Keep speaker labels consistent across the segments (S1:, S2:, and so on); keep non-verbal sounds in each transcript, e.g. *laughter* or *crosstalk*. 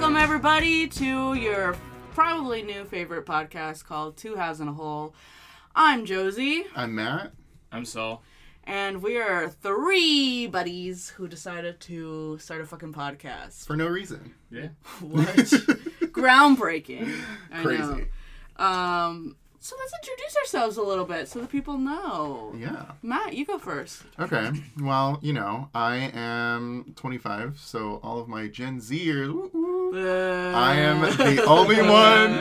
S1: everybody, to your probably new favorite podcast called Two House in a Hole. I'm Josie,
S2: I'm Matt.
S3: I'm Saul.
S1: and we are three buddies who decided to start a fucking
S2: *laughs*
S1: podcast.
S2: For no reason.
S3: Yeah.
S1: What? Groundbreaking. I
S2: Crazy.
S1: Know. Um, so let's introduce ourselves a little bit so the people know.
S2: Yeah.
S1: Matt, you go first.
S2: Okay. Well, you know, I am 25, so all of my Gen Zers. woo, woo,
S1: Uh,
S2: I am the only one.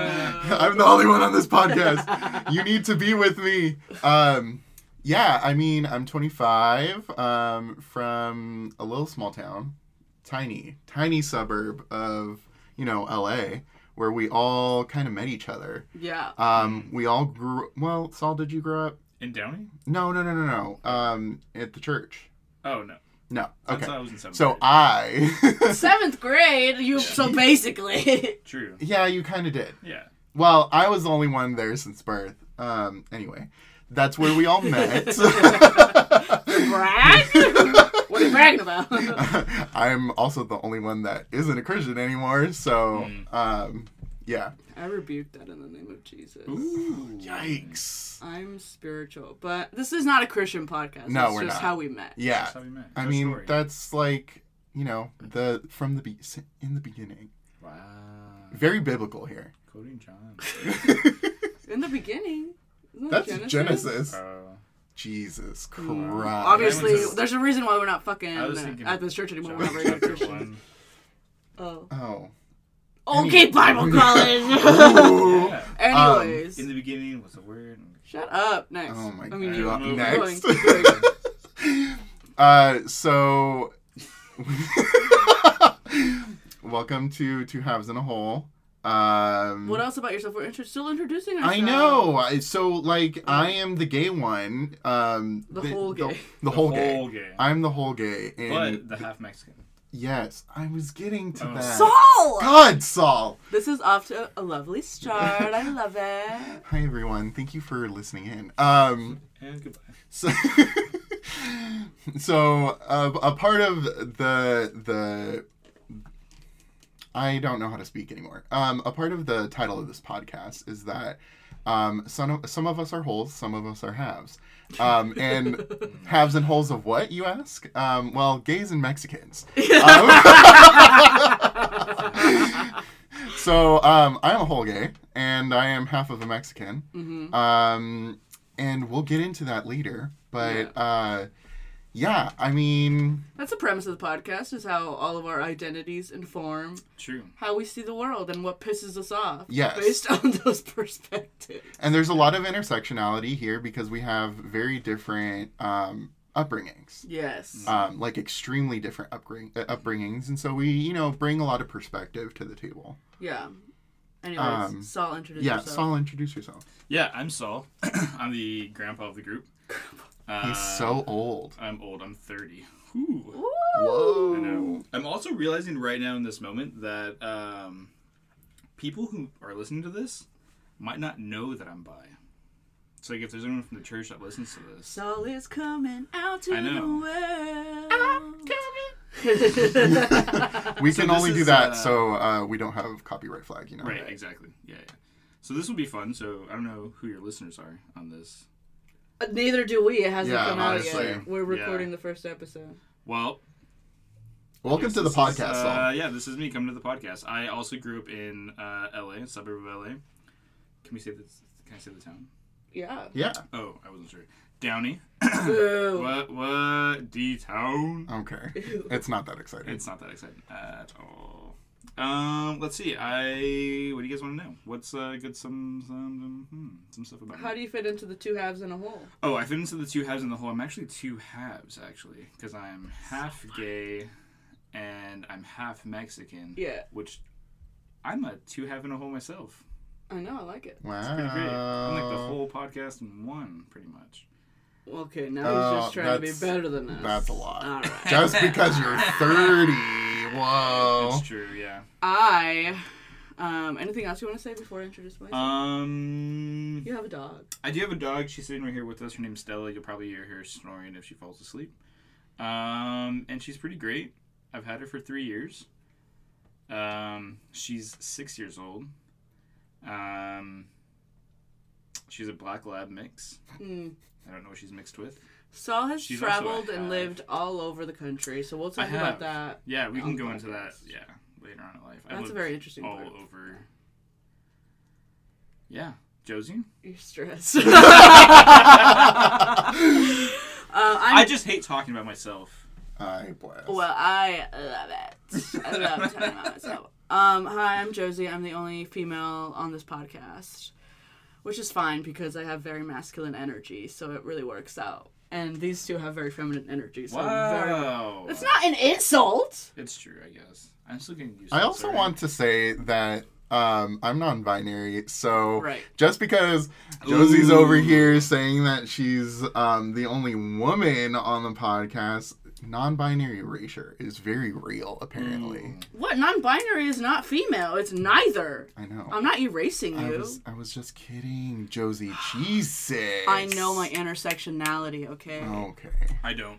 S2: I'm the only one on this podcast. You need to be with me. Um, yeah, I mean, I'm 25, um, from a little small town, tiny, tiny suburb of, you know, LA, where we all kind of met each other.
S1: Yeah.
S2: Um, we all grew. Well, Saul, did you grow up?
S3: In Downey?
S2: No, no, no, no, no. Um, at the church.
S3: Oh no.
S2: No.
S3: That's
S2: Okay.
S3: I was in seventh
S2: So
S3: grade.
S2: I. *laughs*
S1: Seventh grade, you so basically. *laughs*
S3: True.
S2: yeah, you kind of did.
S3: Yeah.
S2: Well, I was the only one there since birth. Um, anyway, that's where we
S3: *laughs*
S2: all met. *laughs* I'm *laughs*
S1: brag? what are you bragging about?
S2: also the only one that isn't a Christian anymore. So,
S3: Mm.
S2: um, yeah.
S1: I rebuke that in the name of Jesus.
S3: Ooh.
S2: Yikes.
S1: I'm spiritual, but this is not a Christian podcast.
S2: No,
S1: it's
S2: we're
S1: just
S2: not.
S1: how we met.
S2: Yeah.
S3: That's how we met.
S2: I
S3: Our
S2: mean,
S3: story.
S2: that's like you know the from the be- in the beginning.
S3: Wow.
S2: Very biblical here. *laughs*
S3: Quoting John.
S1: In the beginning. Isn't that Hmm.
S2: That's Genesis.
S3: Oh.
S2: Jesus Christ.
S1: Obviously,
S3: I was just-
S1: there's a reason why we're not fucking uh,
S3: I was thinking
S1: at this church anymore. We're not
S3: John
S1: very good
S2: *laughs*
S3: chapter
S1: Christians.
S3: one.
S1: Oh.
S2: Oh.
S1: Okay, Bible
S2: Ooh.
S1: *laughs* college.
S3: Yeah.
S1: Anyways.
S3: In the beginning was the word. and-
S1: Shut up. Next.
S2: Oh my
S1: I mean,
S2: God.
S1: you.
S3: Moving.
S2: Next.
S1: Keep going.
S2: *laughs*
S1: Keep
S2: uh, so, *laughs* welcome to Two Halves in a Hole. Um,
S1: What else about yourself? We're intro- still introducing ourselves.
S2: I know. I- So, like, I am the gay one. Um,
S1: The whole
S2: The,
S1: gay.
S2: the whole gay.
S3: Whole gay.
S2: I'm the whole gay. And
S3: But the half Mexican.
S2: yes, I was getting to
S3: Oh.
S2: that.
S1: Saul!
S2: God, Saul.
S1: This is off to a lovely start. I love
S2: *laughs*
S1: it.
S2: Hi, everyone. Thank you for listening in. Um,
S3: And goodbye.
S2: So, *laughs* so uh, a part of the the I don't know how to speak anymore. Um, a part of the title of this podcast is that um, some of, some of us are holes, some of us are halves, um, and halves and holes of what you ask? Um, well, gays and Mexicans. *laughs* Um, so um, I'm a whole gay, and I am half of a Mexican.
S1: Mm-hmm.
S2: Um, and we'll get into that later. But yeah. uh, yeah, I mean,
S1: That's the premise of the podcast is how all of our identities inform
S3: True.
S1: how we see the world and what pisses us off.
S2: Yes.
S1: Based *laughs* on those perspectives.
S2: and there's a lot of intersectionality here because we have very different um, upbringings.
S1: Yes.
S2: Um, like extremely different upbring- uh, upbringings, and so we, you know, bring a lot of perspective to the table.
S1: yeah. Anyways,
S2: um,
S1: Saul introduced
S2: Yeah,
S1: yourself.
S2: Saul, introduce yourself.
S3: Yeah, I'm Saul. *coughs* I'm the grandpa of the group. Uh,
S2: He's so old.
S3: I'm old. I'm 30. Ooh.
S1: Woo!
S3: I
S2: Whoa.
S3: know. I'm also realizing right now in this moment that um, people who are listening to this might not know that I'm bi. So like, if there's anyone from the church that listens to this,
S1: Saul is coming out to
S3: I know.
S1: the world.
S2: *laughs*
S1: *laughs*
S2: We
S3: So
S2: can
S3: this
S2: only do
S3: is,
S2: that
S3: uh,
S2: so uh, we don't have copyright flag, you know.
S3: right? Exactly. Yeah, yeah. So this will be fun. So I don't know who your listeners are on this.
S1: Neither do we. It hasn't
S2: Yeah,
S1: come out yet.
S2: honestly.
S1: We're
S3: Yeah.
S1: recording the first episode.
S3: Well,
S2: Welcome
S3: yes,
S2: to the
S3: this
S2: podcast,
S3: Is, uh,
S2: Saul.
S3: yeah, this is me coming to the podcast. I also grew up in uh, LA, suburb of LA. Can we say this? Can I say the town?
S2: *coughs*
S1: Yeah.
S2: Yeah.
S3: Oh, I wasn't sure. Downey.
S1: Boo.
S3: What? What? D town.
S2: Okay.
S1: Ew.
S2: It's not that exciting.
S3: It's not that exciting at all. Um, let's see. I what do you guys want to know? What's uh, good? Some some some, hmm, some stuff about.
S1: How
S3: me.
S1: do you fit into the two halves and a whole?
S3: oh, I fit into the two halves in the whole. I'm actually two halves actually, because I'm half gay, and I'm half Mexican.
S1: Yeah.
S3: Which I'm a two half in a whole myself.
S1: I know. I like it.
S2: Wow.
S3: It's pretty great. I'm like the
S2: Oh.
S3: whole podcast in one, pretty much.
S1: Okay, now
S2: Oh,
S1: he's just trying to be
S2: that's-
S1: better than us.
S2: that's a lot.
S1: All right.
S2: Just because
S3: *laughs*
S2: you're 30. Whoa.
S3: It's true. Yeah.
S1: I. Um, anything else you want to say before I introduce myself?
S3: Um.
S1: you have a dog.
S3: I do have a dog. She's sitting right here with us. Her name's Stella. You'll probably hear her snoring if she falls asleep. Um, and she's pretty great. I've had her for three years. Um, she's six years old. Um, she's a black lab mix.
S1: Mm.
S3: I don't know what she's mixed with.
S1: Saul has
S3: She's also a
S1: traveled and
S3: hag.
S1: lived all over the country, so we'll
S3: I
S1: talk about
S3: have.
S1: that.
S3: Yeah, we
S1: On
S3: can
S1: the
S3: go into that.
S1: podcast.
S3: Yeah, later on in life.
S1: Oh, That's a
S3: lived
S1: very interesting
S3: all
S1: part.
S3: over. Yeah, Josie.
S1: You're
S3: *laughs*
S1: stressed. *laughs* Uh, I'm
S3: I just hate talking about myself.
S2: I bless.
S1: Well, I love it. I love talking about myself. Um, hi, I'm Josie. I'm the only female on this podcast, which is fine because I have very masculine energy, so it really works out. And these two have very feminine energy, so I'm very.
S3: Wow.
S1: It's not an insult.
S3: It's true, I guess. I'm still getting used. to
S2: I
S3: it,
S2: also
S3: sorry.
S2: want to say that um, I'm non-binary, so
S1: Right.
S2: just because Josie's
S3: Ooh.
S2: over here saying that she's um, the only woman on the podcast, non-binary erasure is very real. Apparently,
S1: What non-binary is not female. It's neither.
S2: I know.
S1: I'm not erasing
S2: I
S1: you.
S2: was I was just kidding, Josie. Jesus.
S1: I know my intersectionality. Okay.
S2: Okay.
S3: I don't.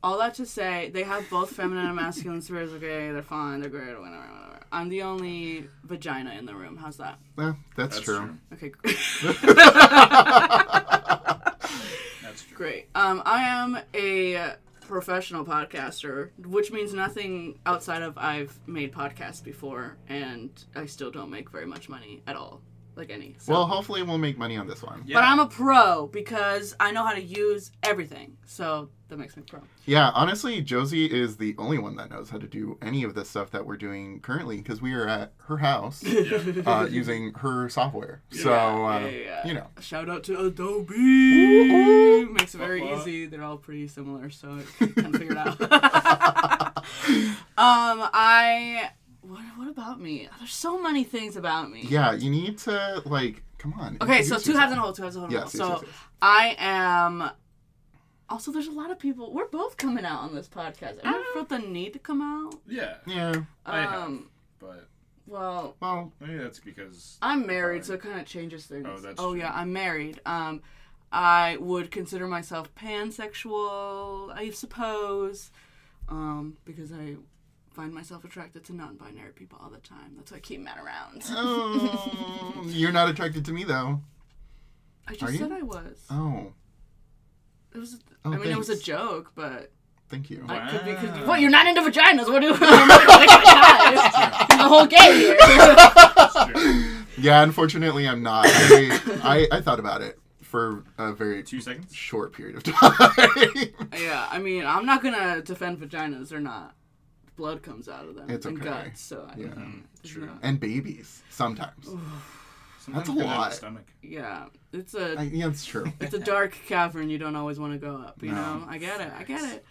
S1: All that to say, they have both feminine and masculine spirits. Okay, they're fine. They're great. Whatever, whatever. I'm the only vagina in the room. How's that?
S2: Well, that's,
S3: That's
S2: true.
S3: true.
S1: Okay, great.
S3: That's
S1: *laughs*
S3: true.
S1: great. Um, I am a professional podcaster, which means nothing outside of I've made podcasts before, and I still don't make very much money at all, like any. So.
S2: Well, hopefully we'll make money on this one.
S3: Yeah.
S1: but I'm a pro because I know how to use everything, so that makes me pro.
S2: Yeah, honestly, Josie is the only one that knows how to do any of the stuff that we're doing currently because we are at
S1: *laughs*
S2: her house
S3: Yeah.
S2: uh, using her software. So,
S1: Yeah,
S2: uh,
S1: yeah, yeah.
S2: you know,
S1: Shout out to Adobe.
S2: Ooh, Uh-huh. ooh.
S1: Makes it very
S3: Uh-uh.
S1: easy. They're all pretty similar, so
S2: *laughs*
S1: I can figure it out. *laughs* um, I what, what about me? There's so many things about me.
S2: yeah, you need to, like, come on.
S1: Okay,
S2: introduce
S1: so two
S2: yourself.
S1: halves and a whole, two halves and a whole.
S2: Yes, yes,
S1: so
S2: yes, yes.
S1: I am. Also, there's a lot of people. We're both coming out on this podcast. I never
S2: Ah.
S1: felt the need to come out.
S3: Yeah.
S2: Yeah,
S3: I have.
S1: Um,
S3: But
S1: well,
S2: well,
S3: maybe that's because
S1: I'm married, so it kind of changes things.
S3: Oh, that's
S1: oh
S3: true.
S1: yeah, I'm married. Um, I would consider myself pansexual, I suppose, um, because I find myself attracted to non-binary people all the time. That's why I keep men around.
S2: oh, *laughs* you're not attracted to me, though.
S1: I
S2: Are
S1: just
S2: you?
S1: said I was.
S2: Oh,
S1: It was.
S2: Oh,
S1: I mean, it was a
S2: thanks.
S1: joke, but
S2: thank you.
S1: I could be. Could,
S3: Wow.
S1: what? You're not into vaginas? *laughs* What do? I'm
S3: *laughs*
S1: not into vaginas. There's a whole game here. *laughs*
S3: that's true.
S2: Yeah, unfortunately, I'm not.
S1: *laughs*
S2: I, I, I thought about it for a very
S3: two seconds.
S2: short period of *laughs* time.
S1: Yeah, I mean, I'm not gonna defend vaginas. They're not. Blood comes out of them
S2: It's
S1: and
S2: okay.
S1: guts. So I
S2: Yeah.
S1: don't know. It's
S3: True.
S1: not-
S2: and babies, sometimes.
S3: Sometimes
S2: That's a
S3: it goes out of
S2: lot.
S3: the Stomach.
S1: Yeah, it's a
S2: I, yeah, it's
S1: *laughs*
S2: true.
S1: it's a dark cavern you don't always want to go up. You
S2: No.
S1: know, I get it. I get it.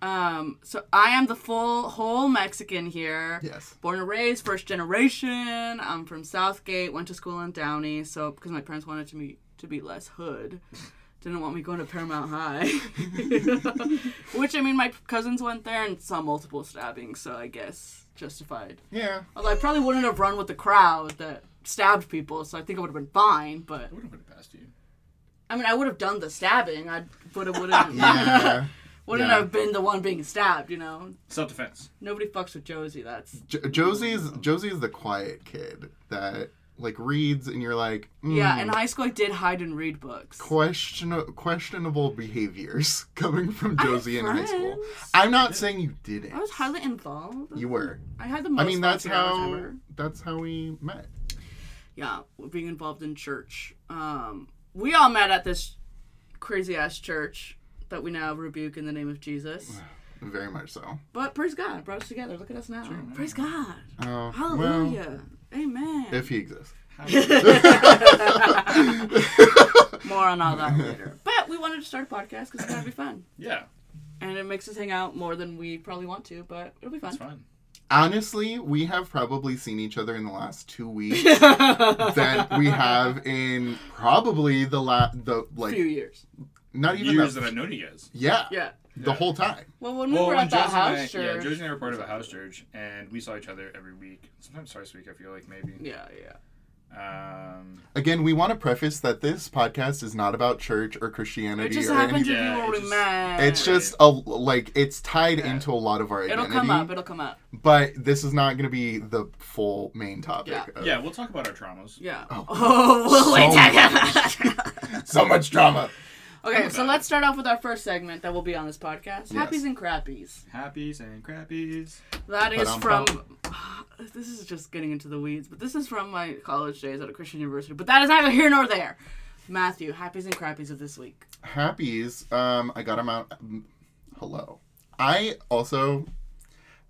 S1: Um, so I am the full whole Mexican here.
S2: Yes.
S1: Born and raised, first generation. I'm from Southgate. Went to school in Downey. So because my parents wanted to me to be less hood, didn't want me going to Paramount High. *laughs* Which I mean, my cousins went there and saw multiple stabbings. So I guess justified.
S2: Yeah.
S1: Although I probably wouldn't have run with the crowd that stabbed people. So I think I would have been fine. But
S3: I wouldn't put it past you.
S1: I mean, I would have done the stabbing. I would have wouldn't
S2: *laughs*
S1: Uh,
S2: Yeah.
S1: wouldn't
S2: Yeah.
S1: have been the one being stabbed. You know,
S3: Self defense.
S1: nobody fucks with Josie. That's
S2: Jo- Josie's Josie's the quiet kid that like reads and you're like mm,
S1: yeah. In high school, I did hide and read books.
S2: question questionable behaviors *laughs* coming from
S1: I had
S2: Josie in high school.
S1: friends.
S2: I'm not saying you didn't.
S1: I was highly involved.
S2: you were.
S1: I had the
S2: I
S1: most.
S2: mean that's
S1: volunteer hours
S2: how
S1: ever.
S2: that's how we met.
S1: Yeah, being involved in church. Um, we all met at this crazy ass church that we now rebuke in the name of Jesus.
S2: Very much so.
S1: But praise God, brought us together. Look at us now. Praise God.
S2: Oh, Well,
S1: Hallelujah. Amen.
S2: if he exists.
S1: More on all that later. But we wanted to start a podcast because it's gonna be fun.
S3: Yeah,
S1: and it makes us hang out more than we probably want to, but it'll be fun.
S3: it's fine.
S2: Honestly, we have probably seen each other in the last two weeks
S1: *laughs*
S2: than we have in probably the la- the like
S1: few years.
S2: not even
S3: Years
S2: the-
S3: that I've known you guys.
S2: yeah,
S1: Yeah.
S2: the whole time.
S1: Well, when we
S3: Well,
S1: were
S3: when
S1: at that
S3: Josie and I,
S1: house,
S3: yeah,
S1: church-
S3: Josie and I were part of a house church, and we saw each other every week. Sometimes twice a week, I feel like maybe.
S1: yeah, yeah.
S3: Um,
S2: Again, we want to preface that this podcast is not about church or Christianity
S1: It just
S2: or
S1: happened
S2: anything.
S1: to be
S3: Yeah,
S1: where
S3: it
S1: we
S3: just-
S1: met.
S2: It's just a like it's tied into a lot of our
S1: It'll
S2: identity,
S1: come up. It'll come up.
S2: but this is not going to be the full main topic.
S1: Yeah.
S2: of-
S3: yeah, we'll talk about our traumas.
S1: Yeah. *laughs* Oh, we'll
S2: so
S1: wait. *laughs*
S2: much. *laughs* so much drama.
S1: Okay, so
S3: about
S1: let's start off with our first segment that will be on this podcast. Happies and crappies.
S3: Happies and crappies.
S1: That is from. *sighs*
S2: Ba-dum-bum.
S1: This is just getting into the weeds, but this is from my college days at a Christian university. But that is neither here nor there. Matthew, happies and crappies of this week.
S2: Happies. Um, I got him out. mm, Hello. I also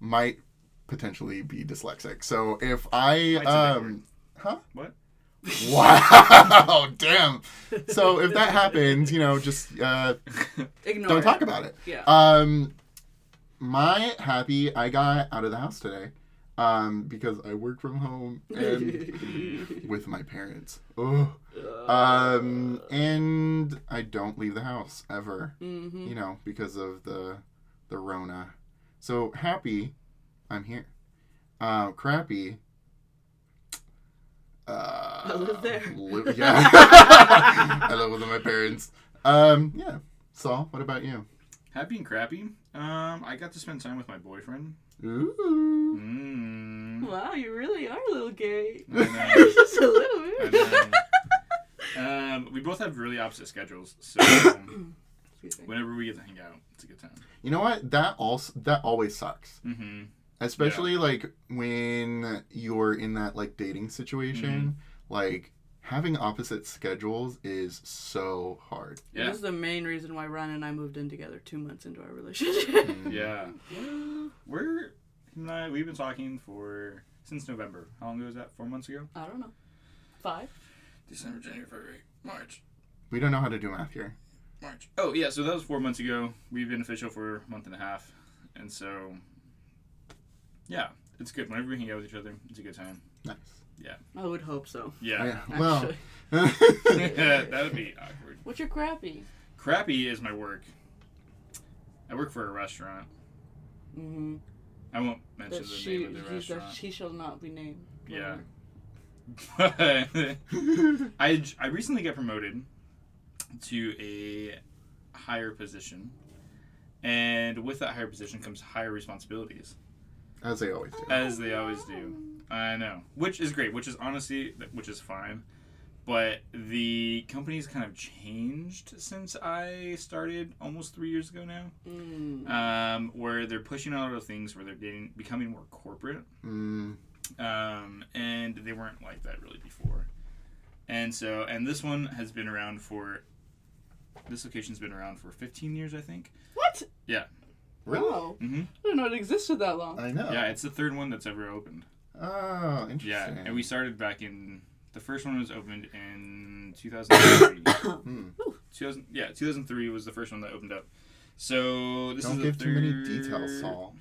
S2: might potentially be dyslexic. So if I
S3: Might say that
S2: um, huh?
S3: What?
S2: Wow, *laughs* damn. So if that happens, you know, just uh,
S1: Ignore.
S2: don't
S1: it.
S2: talk about it.
S1: Yeah.
S2: Um, my happy, I got out of the house today, um, because I work from home and with my parents. Oh. Um, and I don't leave the house ever.
S1: Mhm.
S2: You know, because of the the Rona. So happy, I'm here. Uh, crappy. Uh,
S1: I live there.
S2: li-
S1: *laughs*
S2: yeah, *laughs* I live with my parents. Um, yeah. Saul, what about you?
S3: Happy and crappy. Um, I got to spend time with my boyfriend.
S2: Ooh.
S3: Mm.
S1: Wow, you really are a little
S3: *laughs*
S1: gay. *laughs*
S3: And, uh,
S1: just a little
S3: and,
S1: bit.
S3: uh, um, we both have really opposite schedules, so
S1: Excuse me.
S3: whenever we get to hang out, it's a good time.
S2: You know what? That also that always sucks.
S3: Mm-hmm.
S2: Especially like when you're in that like dating situation.
S1: Mm-hmm.
S2: Like having opposite schedules is so hard.
S1: *laughs*
S3: Yeah.
S1: This is the main reason why Ryan and I moved in together two months into our relationship.
S3: Mm-hmm. Yeah. We're him and I, we've been talking for since November. How long ago was that? Four months ago?
S1: *laughs* I don't know. Five?
S3: December, January, February, March.
S2: We don't know how to do math here.
S3: March. Oh yeah, so that was four months ago. We've been official for a month and a half. And so Yeah, it's good. Whenever we hang out with each other, it's a good time.
S2: Nice.
S1: I would hope so.
S3: Oh, *laughs* Yeah.
S2: *laughs* Yeah, Well,
S1: Actually.
S3: *laughs* that would be awkward.
S1: What's your crappy?
S3: Crappy is my work. I work for a restaurant.
S1: Mm-hmm.
S3: I won't mention
S1: That
S3: the
S1: she,
S3: name of the
S1: he, that
S3: restaurant.
S1: she shall not be named.
S3: Yeah.
S1: Whatever.
S3: *laughs* But I, j- I recently got promoted to a higher position, and with that higher position comes higher responsibilities,
S2: as they always do.
S3: as they always do. I know, which is great, which is honestly, which is fine. But the company's kind of changed since I started almost three years ago now,
S1: Mm.
S3: um, where they're pushing out of things where they're getting becoming more corporate
S2: Mm,
S3: um, and they weren't like that really before. And so, and this one has been around for, this location's been around for 15 years, I think.
S1: What?
S2: really? Mm-hmm. Uh,
S1: Wow.
S3: Mhm.
S1: I didn't know it existed that long.
S2: I know.
S3: Yeah, it's the third one that's ever opened.
S2: Oh, interesting.
S3: Yeah, and we started back in, the first one was opened in 2003.
S2: Hmm.
S3: 2000, yeah, 2003 was the first one that opened up. So this
S2: Hmm. Don't
S3: is the
S2: give too many
S3: third-
S2: details,
S3: *laughs*
S2: Saul.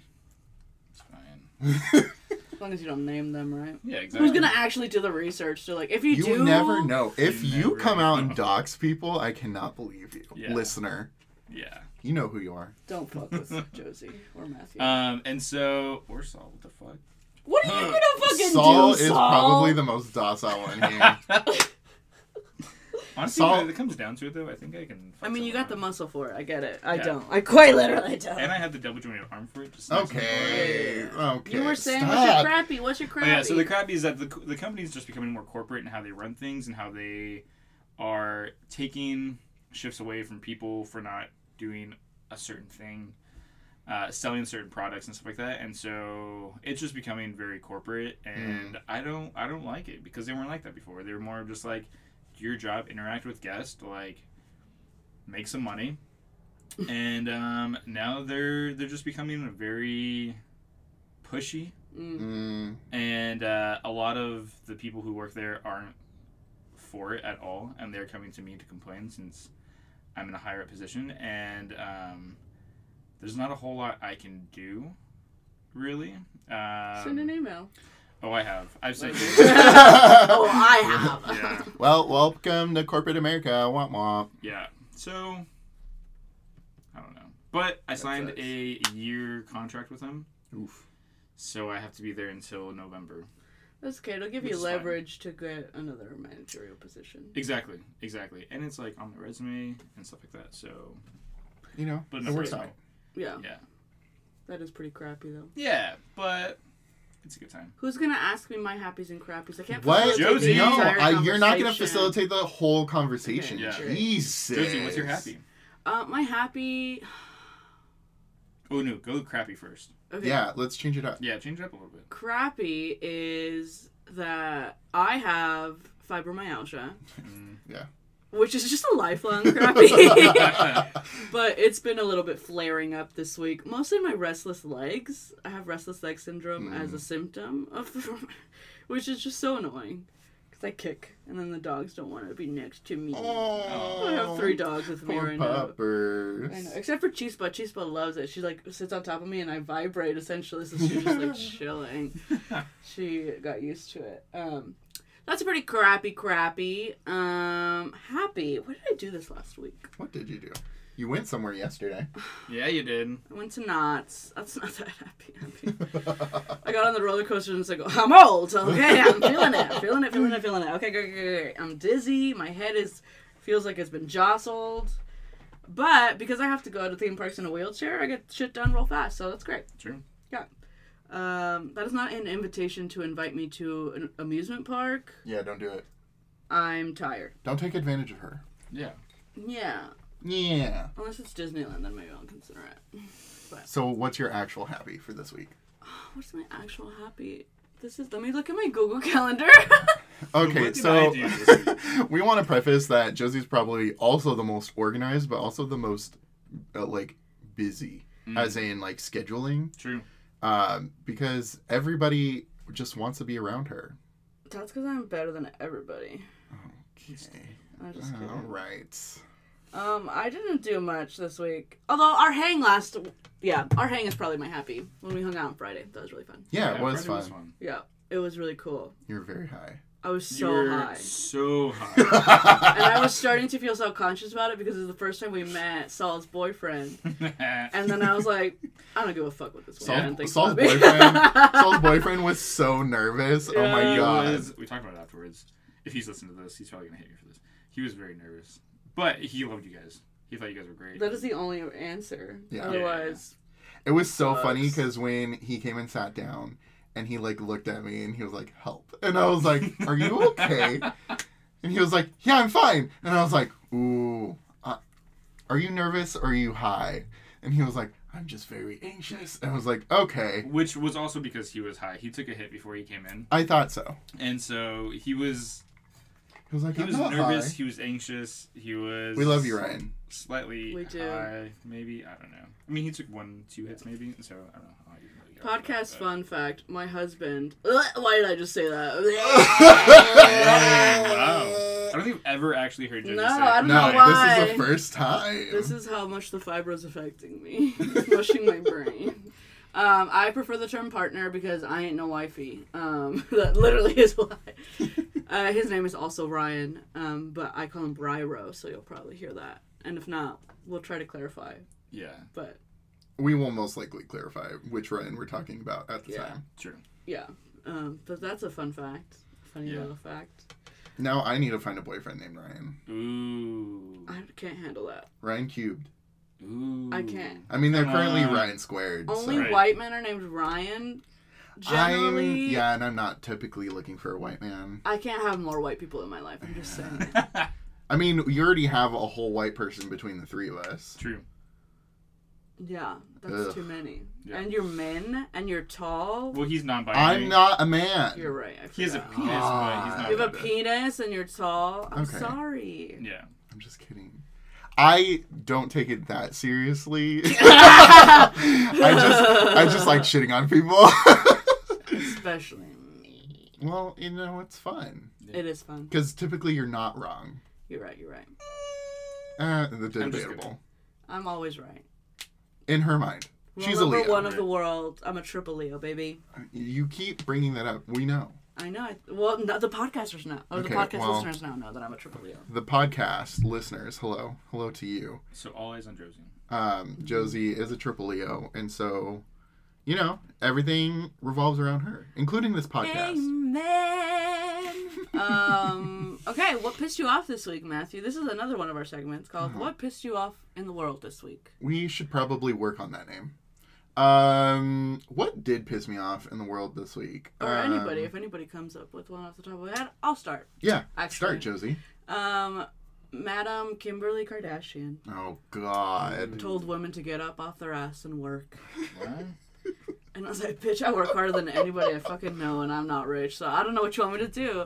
S3: It's fine.
S1: As long as you don't name them, right?
S3: Yeah, exactly.
S1: Who's gonna actually do the research to like if you,
S2: you
S1: do
S2: never know. If
S3: You
S2: you,
S3: never
S2: come out and
S3: know.
S2: dox people, I cannot believe you,
S3: Yeah.
S2: listener.
S3: Yeah.
S2: You know who you are.
S1: don't fuck
S2: *laughs*
S1: with Josie or Matthew.
S3: Um, and so, or Saul, what the fuck?
S1: what are you
S3: uh,
S1: gonna fucking
S2: Saul
S1: do?
S2: is
S1: Saul?
S2: probably the most docile one
S3: *laughs*
S2: here.
S3: Honestly,
S2: Saul-
S3: when it comes down to it, though, I think I can.
S1: I mean, you got the muscle for it. I get it. I
S3: Yeah.
S1: don't. I quite literally don't.
S3: And I have the double jointed arm for it. Just
S2: okay. Okay.
S1: you were saying what's your
S2: Stop.
S1: crappy? What's your
S3: Oh,
S1: crappy?
S3: yeah. So the crappy is that the the company's just becoming more corporate in how they run things and how they are taking shifts away from people for not doing a certain thing, uh, selling certain products and stuff like that. And so it's just becoming very corporate, and I don't I don't like it because they weren't like that before. They were more of just like do your job, interact with guests, like make some money. and um, now they're they're just becoming very pushy
S1: Mm.
S2: Mm,
S3: and uh, a lot of the people who work there aren't for it at all, and they're coming to me to complain since I'm in a higher up position, and um, there's not a whole lot I can do, really.
S2: Mm.
S3: Um,
S1: Send an email.
S3: Oh, I have. I've sent.
S1: *laughs* Oh, I have.
S3: yeah,
S2: *laughs* well, welcome to corporate America. Womp womp.
S3: *laughs* yeah. So I don't know, but I signed
S2: sucks.
S3: a year contract with them,
S2: Oof.
S3: so I have to be there until November.
S1: *laughs* That's okay. It'll give
S3: Which
S1: you
S3: is fine.
S1: leverage to get another managerial position.
S3: Exactly, exactly, and it's like on the resume and stuff like that. So,
S2: You know,
S3: but
S2: it works
S3: resume.
S2: out.
S1: Yeah,
S3: Yeah,
S1: that is pretty crappy though.
S3: yeah, but it's a good time.
S1: Who's gonna ask me my happies and crappies? I can't.
S2: What?
S1: facilitate the
S3: Josie.
S2: No,
S1: entire
S2: I, you're not going to
S1: conversation.
S2: facilitate the whole conversation.
S3: Okay,
S1: sure.
S2: Jesus.
S3: Josie, what's your happy?
S1: Uh, my happy.
S3: Oh no, go crappy first.
S1: Okay.
S2: Yeah, let's change it up.
S3: Yeah, change it up a little bit.
S1: Crappy is that I have
S2: *laughs*
S1: fibromyalgia.
S2: Mm, Yeah.
S1: Which is just a lifelong crappy.
S2: *laughs*
S1: *laughs* but it's been a little bit flaring up this week. Mostly my restless legs. I have restless leg syndrome
S2: Mm.
S1: as a symptom of, *laughs* which is just so annoying. Cause I kick, and then the dogs don't want to be next to me.
S2: Oh,
S1: I have three dogs with me
S2: Poor
S1: right now.
S2: puppers.
S1: I know. Except for Chispa. Chispa loves it. She like sits on top of me and I vibrate essentially, so she's just like chilling. She got used to it. Um, that's a pretty crappy, crappy. Um, happy. What did I do this last week?
S2: What did you do? You went somewhere yesterday.
S3: *laughs*
S2: *laughs*
S3: Yeah, you did.
S1: I went to Knott's. That's *laughs* not that happy. happy. I got on the roller coaster and it's like, I'm old. Okay, I'm feeling it. Feeling it, feeling it, feeling it. Okay, great, great, great. I'm dizzy. My head is feels like it's been jostled. But because I have to go to theme parks in a wheelchair, I get shit done real fast. So that's great.
S3: True.
S1: Yeah. Um, that is not an invitation to invite me to an amusement park.
S2: Yeah, don't do it.
S1: I'm tired.
S2: Don't take advantage of her.
S3: Yeah.
S1: Yeah.
S2: Yeah.
S1: Unless it's Disneyland, then maybe I'll consider it.
S2: So, what's your actual happy for this week?
S1: What's my actual happy? This is. Let me look at my Google *laughs* Calendar.
S2: Okay,
S3: What did
S2: so
S3: I do this
S2: *laughs*
S3: week?
S2: we want to preface that Josie's probably also the most organized, but also the most uh, like busy,
S3: Mm.
S2: as in like scheduling,
S3: True.
S2: um, because everybody just wants to be around her.
S1: That's because I'm better than everybody.
S2: Okay.
S1: I'm just kidding.
S2: All right.
S1: Um, I didn't do much this week. Although our hang last, yeah, our hang is probably my happy when we hung out on Friday. That was really fun.
S2: Yeah, it was
S3: Friday
S2: fun.
S1: Yeah, it was really cool.
S2: You're very high.
S1: I was
S3: You
S1: so
S3: were
S1: high,
S3: *laughs*
S2: *laughs*
S3: so high. *laughs*
S1: and I was starting to feel self conscious about it because it was the first time we met Saul's boyfriend, and then I was like, I don't give a fuck what this
S2: Saul,
S1: boyfriend thinks
S2: Saul's
S1: about me.
S2: boyfriend.
S1: *laughs*
S2: Saul's boyfriend was so nervous. Oh my
S1: Yeah.
S3: He
S2: god.
S3: was- we talked about it afterwards. If he's listening to this, he's probably gonna hate me for this. He was very nervous, but he loved you guys. He thought you guys were great.
S1: that is the only answer.
S2: Yeah.
S1: Otherwise,
S2: It was so funny
S1: Sucks.
S2: because when he came and sat down and he like looked at me and he was like, help. And I was like, are you okay? and he was like, yeah, I'm fine. And I was like, ooh, uh, are you nervous or are you high? And he was like, I'm just very anxious. And I was like, okay,
S3: Which was also because he was high. He took a hit before he came in,
S2: I thought so.
S3: and so he was
S2: He was like,
S3: he
S2: I'm
S3: was
S2: not
S3: nervous.
S2: high.
S3: He was anxious. He was.
S2: We love you,
S3: *laughs*
S2: Ryan.
S3: Slightly
S1: We do.
S3: high, maybe I don't know. I mean, he took one, two hits maybe, so I don't know. how you really got that,
S1: podcast
S3: but-
S1: fun fact: my husband. *laughs* Ugh, why did I just say
S2: *laughs*
S1: that?
S3: Oh, Wow. I don't think I've ever actually heard Jenny
S1: No,
S3: say
S1: I don't
S2: No,
S1: know why.
S2: this is the first time.
S1: This is how much the fiber is affecting me. It's mushing my brain. Um, I prefer the term partner because I ain't no wifey. Um, *laughs* that literally is
S2: *laughs*
S1: why. Uh, his name is also Ryan, um, but I call him Bryro, so you'll probably hear that. And if not, we'll try to clarify.
S3: Yeah,
S1: But
S2: we will most likely clarify which Ryan we're talking about at the
S1: Yeah.
S2: time.
S3: true.
S1: yeah, um, but that's a fun fact. Funny
S3: Yeah.
S1: little fact.
S2: Now I need to find a boyfriend named Ryan.
S3: Ooh,
S1: I can't handle that.
S2: Ryan cubed.
S3: ooh.
S1: I can't.
S2: I mean, they're
S3: Come
S2: currently
S3: on.
S2: Ryan squared.
S1: Only
S2: so.
S3: Right.
S1: white men are named Ryan. Generally,
S2: I'm, yeah, and I'm not typically looking for a white man.
S1: I can't have more white people in my life. I'm just saying.
S3: *laughs*
S2: I mean, you already have a whole white person between the three of us.
S3: *laughs* True.
S1: Yeah, that's
S2: Ugh.
S1: too many.
S3: Yeah.
S1: And you're men, and you're tall.
S3: Well, he's non-binary.
S2: I'm not Ah. a man.
S1: You're right. I
S3: He has a
S1: forgot.
S3: penis, but he's not.
S1: You have a penis, and you're tall. I'm
S2: Okay.
S1: sorry.
S3: yeah.
S2: I'm just kidding. I don't take it that seriously. *laughs* I just, I just like shitting on people. *laughs*
S1: Especially me.
S2: well, you know, it's fun
S1: It is fun.
S2: because typically you're not wrong.
S1: You're right. You're right.
S2: Uh, the
S3: I'm just
S2: debatable
S1: I'm always right.
S2: in her mind.
S1: Rule
S2: She's a
S1: number
S2: Leo.
S1: one of the world. I'm a triple Leo, baby.
S2: You keep bringing that up. We know.
S1: I know. I, well, no, the podcasters know, or
S2: Okay,
S1: the podcast
S2: well-
S1: listeners now know that I'm a triple Leo.
S2: The podcast listeners, hello, hello to you.
S3: So all eyes on Josie.
S2: um, Josie is a triple Leo, and E so you know, everything revolves around her, including this podcast.
S1: Amen.
S2: *laughs*
S1: um, okay, what pissed you off this week, Matthew? This is another one of our segments
S2: Mm-hmm.
S1: called "What pissed you off in the world this week."
S2: We should probably work on that name. Um, what did piss me off in the world this week?
S1: Or
S2: Um,
S1: anybody, if anybody comes up with one off the top of my head, I'll start.
S2: Yeah,
S1: Actually.
S2: start Josie.
S1: Um, Madam Kimberly Kardashian
S2: Oh God.
S1: told women to get up off their ass and work.
S3: What?
S1: And I was like, bitch, I work harder than anybody I fucking know, and I'm not rich, so I don't know what you want me to do.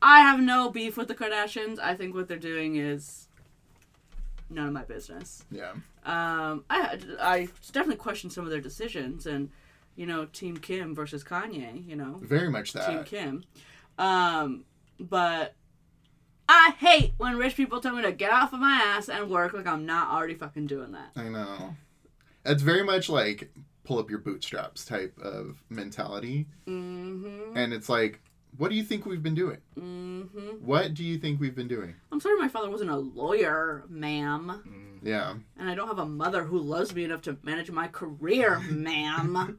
S1: I have no beef with the Kardashians. I think what they're doing is none of my business.
S2: Yeah.
S1: Um, I I definitely question some of their decisions, and you know, Team Kim versus Kanye. You know,
S2: Very much
S1: Team
S2: that.
S1: Kim. Um, but I hate when rich people tell me to get off of my ass and work like I'm not already fucking doing that.
S2: I know. It's very much like pull up your bootstraps type of mentality.
S1: Mm-hmm.
S2: And it's like, what do you think we've been doing?
S1: Mm-hmm.
S2: What do you think we've been doing?
S1: I'm sorry my father wasn't a lawyer, ma'am.
S2: Yeah.
S1: And I don't have a mother who loves me enough to manage my career,
S3: *laughs*
S1: ma'am.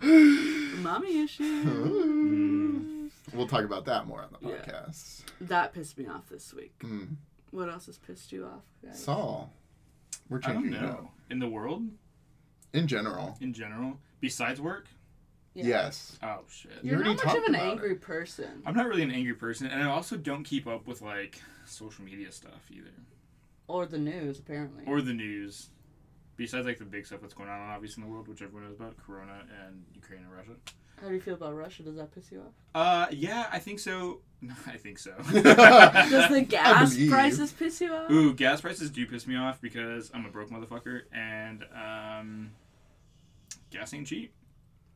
S1: Mommy issue.
S3: Mm.
S2: We'll talk about that more on the
S1: Yeah.
S2: podcast.
S1: That pissed me off this week.
S2: Mm.
S1: What else has pissed you off, guys?
S2: Saul. We're
S3: I don't
S2: changing it up.
S3: know. In the world,
S2: In general.
S3: in general, besides work.
S1: Yeah.
S2: Yes.
S3: Oh shit.
S2: Yeah.
S1: You're
S2: You already
S1: not much of
S2: talked
S1: an
S2: about
S1: angry person.
S3: I'm not really an angry person, and I also don't keep up with like social media stuff either,
S1: Or the news, apparently.
S3: or the news. Besides like the big stuff that's going on, obviously in the world, which everyone knows about, Corona and Ukraine and Russia.
S1: How do you feel about Russia? Does that piss you off?
S3: Uh, yeah, I think so. *laughs* I think so.
S1: *laughs* Does the gas
S2: believe.
S1: prices piss you off?
S3: *laughs* Ooh, gas prices do piss me off because I'm a broke motherfucker, and um, gas ain't cheap.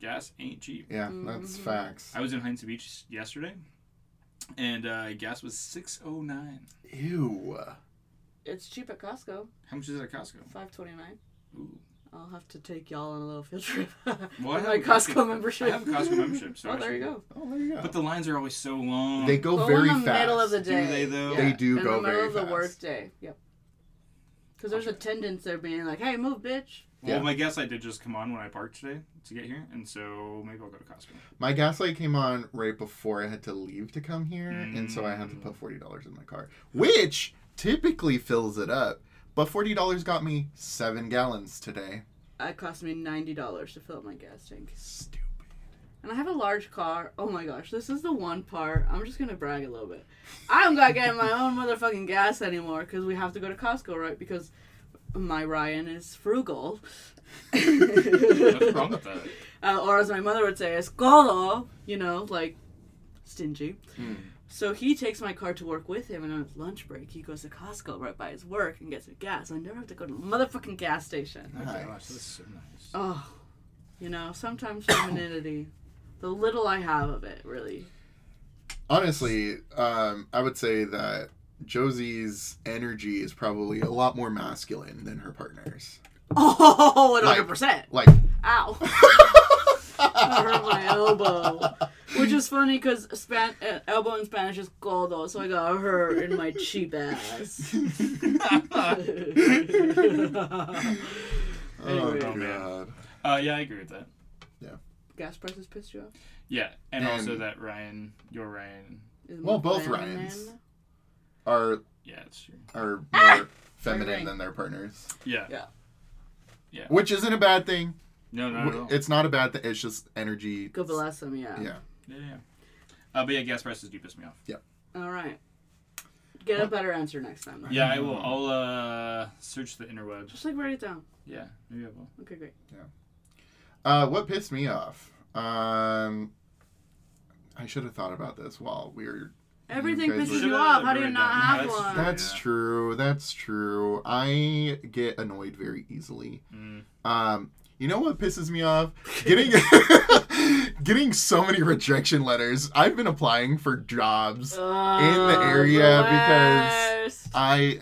S3: Gas ain't cheap.
S2: Yeah, that's
S1: Mhm.
S2: facts.
S3: I was in Heinz Beach yesterday, and uh, gas was six oh nine.
S2: Ew.
S1: It's cheap at Costco,
S3: How much is it at Costco?
S1: five twenty nine.
S3: Ooh.
S1: I'll have to take y'all on a little field trip. *laughs*
S3: Well, I
S1: With my
S3: have a Costco-
S1: Costco membership.
S3: I have a Costco membership.
S1: *laughs*
S3: So
S1: Oh,
S3: I
S1: there you
S3: should-
S1: go.
S2: Oh, there you go.
S3: But the lines are always so long.
S2: they go
S1: Go
S2: very
S1: in the
S2: fast.
S1: middle of the day.
S3: they, though?
S2: They do
S1: in
S2: go
S1: the middle
S2: very
S1: of the
S2: fast.
S1: work day. Yep. Because there's attendants there being like, "Hey, move, bitch."
S3: well,
S2: Yeah.
S3: my gas light did just come on when I parked today to get here, and so maybe I'll go to Costco.
S2: My gaslight came on right before I had to leave to come here, and so I had to put forty dollars in my car, which typically fills it up. But forty dollars got me seven gallons today.
S1: It cost me ninety dollars to fill up my gas tank,
S2: Stupid.
S1: and I have a large car. Oh my gosh, this is the one part I'm just gonna brag a little bit. I'm not getting my own motherfucking gas anymore because we have to go to Costco, right? Because my Ryan is
S2: *laughs*
S1: frugal,
S3: *laughs* What's wrong *laughs* with that?
S1: uh, or as my mother would say, "Es codo," you know, like stingy.
S2: Hmm.
S1: So he takes my car to work with him, and on his lunch break, he goes to Costco right by his work and gets me gas. I never have to go to the motherfucking gas station.
S3: Oh,
S2: Nice.
S3: gosh, that's so nice.
S1: Oh, you know, sometimes femininity, the little I have of it,
S2: *coughs*
S1: really.
S2: Honestly, um, I would say that Josie's energy is probably a lot more masculine than her partner's.
S1: Oh, 100%.
S2: Like, *laughs*
S1: Ow. I hurt my elbow. Which is funny because Span- uh, elbow in Spanish is codo, so I got hurt in my cheap ass.
S2: oh
S1: Anyway.
S2: god.
S3: man. Uh, yeah, I agree with that.
S1: Gas prices pissed you off?
S3: Yeah, and,
S2: And-
S3: also that Ryan, your Ryan.
S1: Is
S2: Well, both
S1: Milan
S2: Ryans.
S1: in?
S2: Are
S3: Yeah, it's true.
S2: are more
S1: Sorry,
S2: feminine
S1: Ryan.
S2: than their partners,
S3: Yeah,
S1: Yeah.
S2: which isn't a bad thing.
S3: no, not at all.
S2: It's not a bad thing. It's just energy.
S1: Go bless them, yeah.
S2: Yeah.
S3: yeah, yeah. Uh, but yeah, gas prices do piss me off.
S1: All right. Get a better answer next time. then.
S3: Yeah, I will. I'll uh, search the interwebs.
S1: Just like write it down.
S3: Yeah, maybe I will.
S1: Okay, great.
S2: Uh, what pissed me off? Um, I should have thought about this while we were.
S1: Everything
S2: guys
S1: pisses
S2: were-
S1: you off. How do you
S3: Should've
S1: not
S3: written
S1: have
S3: it down.
S1: one?
S3: That's-
S2: That's true. That's true. I get annoyed very easily.
S3: Mm.
S2: Um, you know what pisses
S1: *laughs*
S2: me off? Getting *laughs* getting so many rejection letters. I've been applying for
S3: *laughs*
S2: jobs.
S1: Oh,
S2: the area
S1: the
S2: because-
S1: worst.
S2: I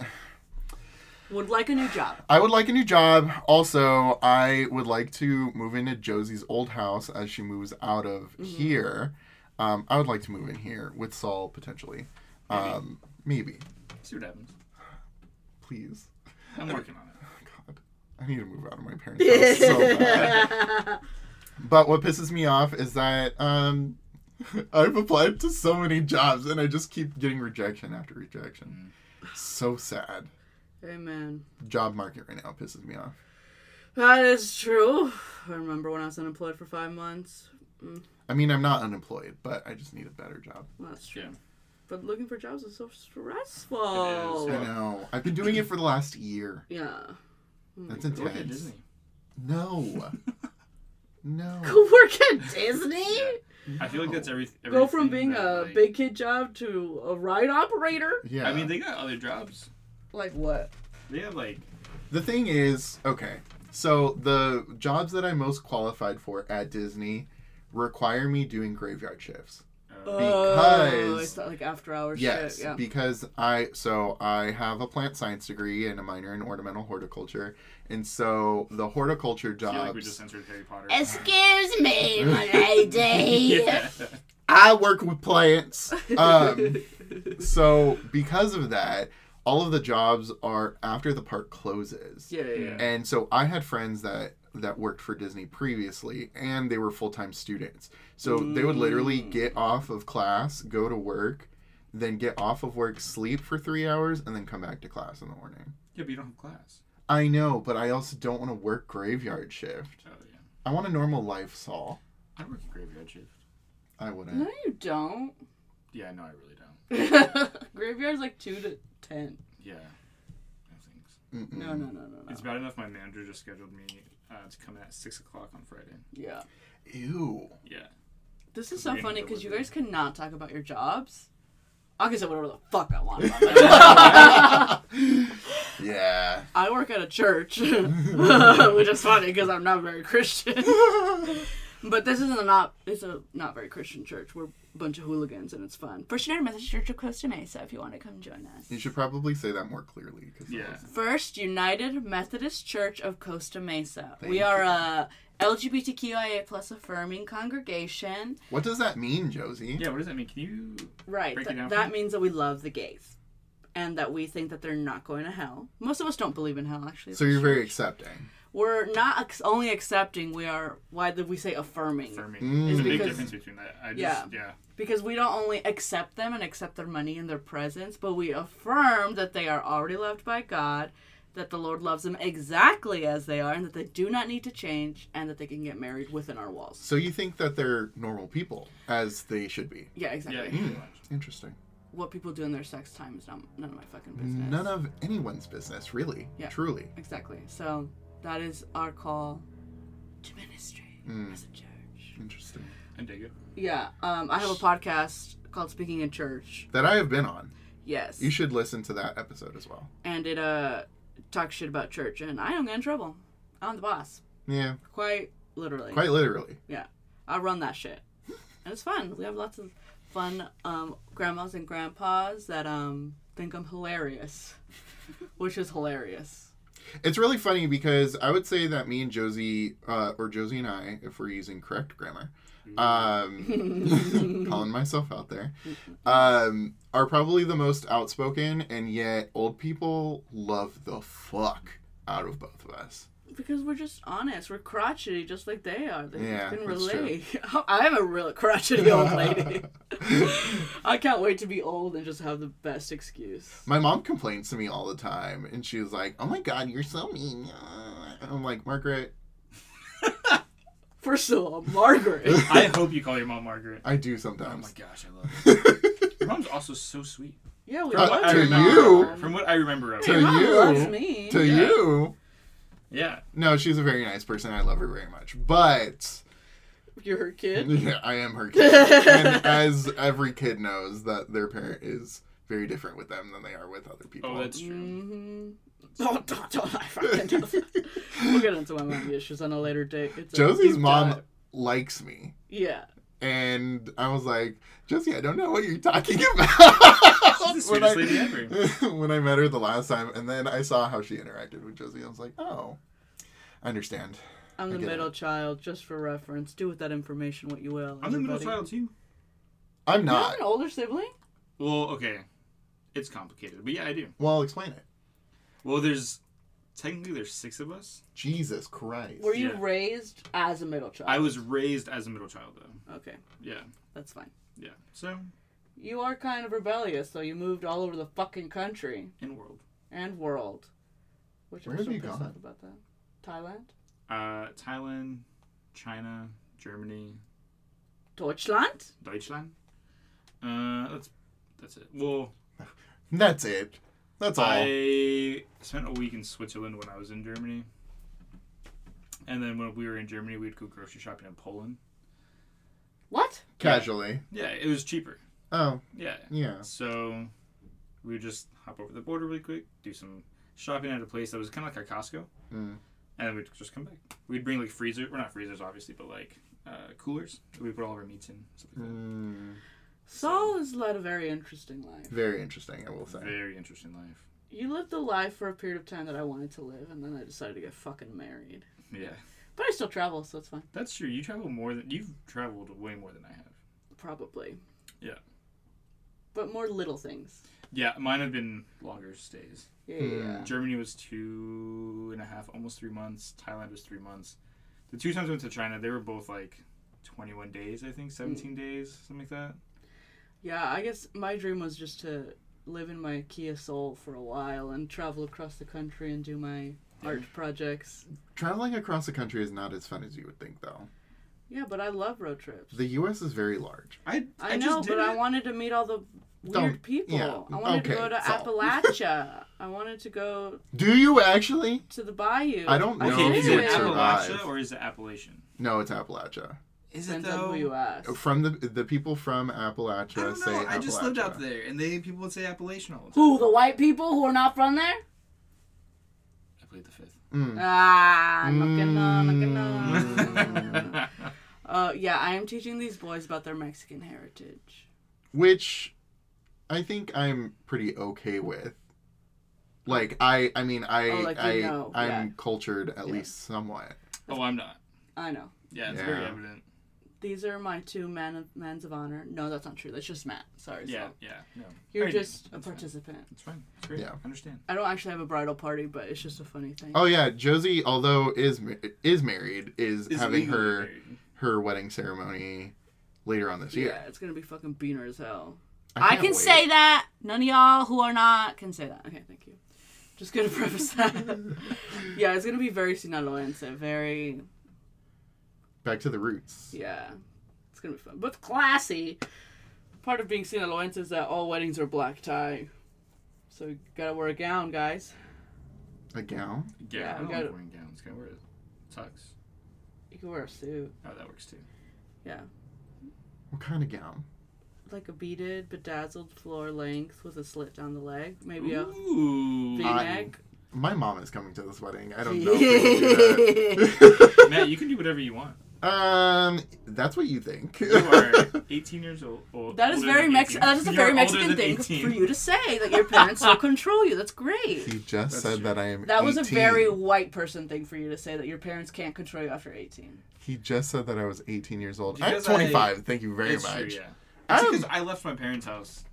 S1: would like a new job.
S2: I would like a new job. Also, I would like to move into Josie's old house as she moves out of here. Um, I would like to move in here with Saul potentially. Um, maybe.
S3: See what happens.
S2: Please.
S3: I'm working on it.
S2: God. I need to move out of my parents' house
S1: *laughs*
S2: so bad. But what pisses me off is that um, *laughs* I've applied to so many jobs and I just keep getting rejection after rejection. So sad.
S1: Amen.
S2: Job market right now pisses me off.
S1: That is true. I remember when I was unemployed for five months.
S2: I mean, I'm not unemployed, but I just need a better job.
S1: That's true.
S3: Yeah.
S1: But looking for jobs is so stressful.
S3: It
S2: I know. I've been doing it for the last year.
S1: Yeah. *laughs*
S2: That's
S3: Go work at
S2: intense.
S3: Disney. *laughs*
S2: No. No.
S1: Go work at Disney.
S3: I feel like that's every.
S1: Oh. Go from
S3: everything
S1: being
S3: that,
S1: a
S3: like-
S1: big kid job to a ride operator.
S2: Yeah.
S3: I mean, they got other jobs.
S1: Like what?
S3: They have like
S2: The thing is, okay, so the jobs that I'm most qualified for at Disney require me doing graveyard shifts.
S3: uh,
S1: Oh,
S2: Because-
S1: it's not like after hours
S2: Yes,
S1: shit. Yeah.
S2: because I so I have a plant science degree and a minor in ornamental horticulture, and so the horticulture
S3: I feel like we
S2: jobs.
S3: just censored Harry Potter. *laughs*
S1: Excuse me, my lady.
S3: yeah. *laughs*
S2: I work with plants. Um, so because of that, all of the jobs are after the park closes.
S1: yeah, yeah, yeah.
S2: And so I had friends that that worked for Disney previously and they were full-time students. So they would literally
S1: Mm.
S2: get off of class, go to work, then get off of work, sleep for 3 hours and then come back to class in the morning.
S3: Yeah, but you don't have class.
S2: I know, but I also don't want to work graveyard shift.
S3: Oh yeah.
S2: I want a normal life, Saul.
S3: I work a graveyard shift.
S2: I wouldn't.
S1: No, you don't. *laughs*
S3: Yeah, no, I really don't.
S1: Graveyard's like two to ten.
S3: Yeah. No thanks.
S2: Mm-mm.
S1: No, no, no, no, no.
S3: It's bad enough my manager just scheduled me uh, to come in at six o'clock on Friday.
S1: Yeah.
S2: Ew.
S3: Yeah.
S1: This is so
S3: Reading
S1: funny
S3: the
S1: because you
S3: wizard.
S1: guys cannot talk about your jobs. I can say whatever the fuck I want. About that.
S2: *laughs* Yeah.
S1: I work at a church, *laughs* which is funny because I'm not very Christian. *laughs* but this is a not it's a not very Christian church. We're a bunch of hooligans and it's fun. First United Methodist Church of Costa Mesa, if you want to come join us.
S2: You should probably say that more clearly cuz
S3: Yeah.
S1: First United Methodist Church of Costa Mesa. we
S2: Thank
S1: are
S2: you.
S1: a LGBTQIA plus affirming congregation.
S2: What does that mean, Josie?
S3: Yeah. What does that mean? Can you?
S1: Right.
S3: Break it
S1: th-
S3: down for
S1: that
S3: me.
S1: means that we love the gays. And that we think that they're not going to hell. Most of us don't believe in hell, actually.
S2: So you're very accepting.
S1: We're not ex- only accepting. We are. Why did we say affirming?
S3: For me,
S2: Mm.
S3: there's a big
S1: Because-
S3: difference between that. I just,
S1: Yeah.
S3: yeah.
S1: Because we don't only accept them and accept their money and their presence, but we affirm that they are already loved by God, that the Lord loves them exactly as they are, and that they do not need to change, and that they can get married within our walls.
S2: So you think that they're normal people as they should be?
S1: Yeah,
S3: Yeah.
S1: exactly.
S3: pretty much.
S2: Mm. Interesting.
S1: What people do in their sex time is not none of my fucking business.
S2: None of anyone's business, really.
S1: Yeah.
S2: Truly.
S1: Exactly. So that is our call to ministry
S2: Mm.
S1: as a church.
S2: Interesting.
S3: I dig *laughs* it.
S1: Yeah. Um, I have a podcast called Speaking in Church.
S2: That I have been on.
S1: Yes.
S2: You should listen to that episode as well.
S1: and it uh talks shit about church and I don't get in trouble. I'm the boss.
S2: Yeah,
S1: Quite literally.
S2: quite literally.
S1: Yeah. I run that shit. And it's fun. We have lots of fun um grandmas and grandpas that um think I'm hilarious. *laughs* Which is hilarious.
S2: It's really funny because I would say that me and Josie, uh, or Josie and I, if we're using correct grammar,
S1: Mm-hmm. *laughs*
S2: um, calling myself out there, um, are probably the most outspoken, and yet old people love the fuck out of both of us.
S1: Because we're just honest. We're crotchety just like they are. They
S2: Yeah,
S1: can
S2: that's true.
S1: relate. *laughs* I'm a real crotchety old
S2: *laughs*
S1: lady. I can't wait to be old and just have the best excuse.
S2: My mom complains to me all the time, and she was like, "Oh my God, you're so mean." And I'm like, Margaret,
S1: First of all,
S2: *laughs*
S1: Margaret.
S3: I hope you call your mom Margaret.
S2: I do
S3: Oh my
S2: sometimes.
S3: gosh, I love
S2: *laughs*
S3: it. Your mom's also so sweet.
S1: Yeah, we
S2: Uh,
S1: love
S2: to
S1: your mom.
S2: you.
S3: From what I remember of
S2: To
S1: Your
S3: her.
S1: mom
S2: you.
S1: loves me.
S2: to
S3: Yeah.
S2: you,
S3: Yeah.
S2: no, she's a very nice person. I love her very much, but
S1: You're her kid.
S2: *laughs* yeah, I am
S3: *laughs*
S2: her kid, and as every kid knows, that their parent is very different with them than they are with other people.
S3: Oh, that's true.
S1: Mm-hmm. Oh, don't, don't I
S2: *laughs*
S1: fucking do that. We'll get into my mommy issues on a later date. It's a
S2: Josie's
S1: deep
S2: mom
S1: dive.
S2: likes me,
S1: Yeah.
S2: and I was like, Josie, I don't know what you're talking *laughs* about.
S3: She's the
S2: When I-
S3: sweetest lady
S2: *laughs*
S3: ever.
S2: when I met her the last time, and then I saw how she interacted with Josie, I was like, oh, I understand.
S1: I'm the
S2: get it.
S1: middle child, just for reference. Do with that information what you will.
S3: I'm the middle
S1: everybody.
S3: child too.
S2: I'm
S1: You have
S2: not.
S1: an older sibling?
S3: Well, okay. It's complicated, but yeah, I do.
S2: Well, explain it.
S3: Well, there's Technically, there's six of us.
S2: Jesus Christ.
S1: Were you
S3: Yeah.
S1: raised as a middle child?
S3: I was raised as a middle child, though.
S1: Okay,
S3: Yeah,
S1: that's fine.
S3: yeah. So,
S1: You are kind of rebellious, so you moved all over the fucking country
S3: in world.
S1: and world. Which
S2: Where
S1: I'm
S2: have
S1: so
S2: you
S1: pissed off
S2: gone?
S1: about that. Thailand,
S3: Uh, Thailand, China, Germany,
S1: Deutschland.
S3: Deutschland. Uh, that's that's it. Well,
S2: That's it. That's all.
S3: I spent a week in Switzerland when I was in Germany, and then when we were in Germany, we'd go grocery shopping in Poland.
S1: What?
S2: Casually.
S3: Yeah, it was cheaper.
S2: Oh,
S3: Yeah.
S2: yeah.
S3: So we would just hop over the border really quick, do some shopping at a place that was kind of like a Costco,
S2: Mm.
S3: and then we'd just come back. We'd bring like freezer, well not freezers obviously, but like uh, coolers that we put all of our meats in. Stuff like
S2: Mm,
S1: Saul has led a very interesting life.
S2: very interesting, I will
S3: that.
S2: say.
S3: Very interesting life.
S1: You lived a life for a period of time that I wanted to live, and then I decided to get fucking married.
S3: Yeah,
S1: But I still travel, so it's fine.
S3: that's true. You travel more than you've traveled way more than I have.
S1: Probably.
S3: Yeah.
S1: But more little things.
S3: Yeah, mine have been longer stays.
S1: Yeah, yeah, yeah.
S3: Germany was two and a half, almost three months. Thailand was three months. The two times I went to China, they were both like 21 days, I think, 17 days, something like that.
S1: Yeah, I guess my dream was just to live in my Kia Soul for a while and travel across the country and do my art projects.
S2: Traveling across the country is not as fun as you would think, though.
S1: Yeah, but I love road trips.
S2: The U.S. is very large.
S3: I,
S1: I, know,
S3: just did
S1: but I
S3: it.
S1: wanted to meet all the weird
S2: Don't-
S1: people.
S2: yeah,
S1: I wanted to
S2: okay,
S1: go to
S2: *laughs* Saul.
S1: Appalachia. I wanted to go
S2: Do you actually?
S1: to the bayou.
S2: I don't know
S3: Okay,
S2: if
S3: is
S2: you
S3: it
S2: would survive.
S3: Appalachia or is it Appalachian?
S2: No, it's Appalachia.
S3: Is
S1: Depends on who you ask.
S2: From the the people from Appalachia
S3: I don't
S2: say
S3: know. I just lived out
S2: Appalachia.
S3: there, and they people would say Appalachian all the time.
S1: Who, the white people who are not from there?
S3: I played the fifth.
S2: Mm.
S1: Ah, no que no, no que no.
S2: Mm.
S1: *laughs* Uh, yeah, I am teaching these boys about their Mexican heritage.
S2: Which I think I'm pretty okay with. Like I, I mean, I,
S1: Oh, like you
S2: I,
S1: know,
S2: I'm
S1: yeah.
S2: cultured at
S1: Yeah.
S2: least somewhat.
S3: *laughs* oh, I'm not.
S1: I know.
S3: *laughs* Yeah, it's very
S2: Yeah.
S3: evident.
S1: These are my two men of, men's of honor. No, that's not true. That's just Matt. Sorry.
S3: Yeah,
S1: Saul.
S3: yeah. No,
S1: You're
S3: I do.
S1: just a
S3: That's fine.
S1: participant.
S3: It's fine. It's great.
S2: Yeah.
S3: I understand.
S1: I don't actually have a bridal party, but it's just a funny thing.
S2: Oh yeah, Josie, although is ma- is married, is,
S3: It's
S2: having
S3: legally
S2: her
S3: married.
S2: her wedding ceremony later on this
S1: yeah.
S2: year.
S1: it's gonna be fucking beaner as hell.
S2: can't
S1: I, can
S2: wait.
S1: say that. None of y'all who are not can say that. Okay, thank you. Just gonna *laughs* preface
S3: *laughs*
S1: that. yeah, it's gonna be very sinaloense, very
S2: back to the roots.
S1: yeah. It's gonna be fun, but classy. Part of being sinaloense is that all weddings are black tie, so you gotta wear a gown, guys.
S2: A gown.
S3: Yeah,
S1: Yeah,
S3: I
S1: we
S3: don't
S1: got it.
S3: like wearing gowns. Can I wear a tux?
S1: You can wear a suit,
S3: Oh, that works too.
S2: What kind of gown?
S1: like a beaded, bedazzled floor length with a slit down the leg, maybe a
S3: Ooh.
S1: V-neck.
S2: My mom is coming to this wedding. I don't know. If we can do
S3: *laughs*
S2: that.
S3: Matt, you can do whatever you
S1: *laughs*
S3: want.
S2: um, that's what you think.
S3: You are 18 years old. old
S1: That is
S3: older
S1: very
S3: than
S1: Mex.
S3: 18.
S1: That is a
S3: You
S1: very
S3: are
S1: Mexican
S3: older than
S1: thing
S3: 18.
S1: for you to say that your parents
S3: *laughs*
S1: don't control you. That's great.
S2: *laughs* He just
S3: That's
S2: said
S3: true.
S2: that I am.
S1: That was a
S2: 18.
S1: very white person thing for you to say that your parents can't control you after eighteen.
S2: He just said that I was 18 years old.
S3: Because
S2: I'm 25. Thank you very
S3: It's
S2: much. Um,
S3: true, yeah.
S2: I don't-
S3: Because I left my parents' house.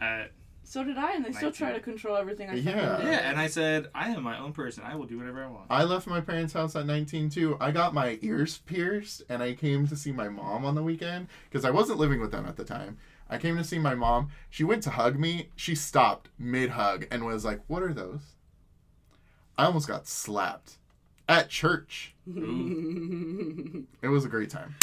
S3: At,
S1: So did I, and they still try to
S3: 19.
S1: control everything. I
S2: Yeah.
S1: fucking do.
S3: yeah, and I said, I am my own person. I will do whatever I want.
S2: I left my parents' house at 19 too. I got my ears pierced and I came to see my mom on the weekend because I wasn't living with them at the time. I came to see my mom. She went to hug me. She stopped mid hug and was like, What are those? I almost got slapped at church.
S1: *laughs*
S2: It was a great time.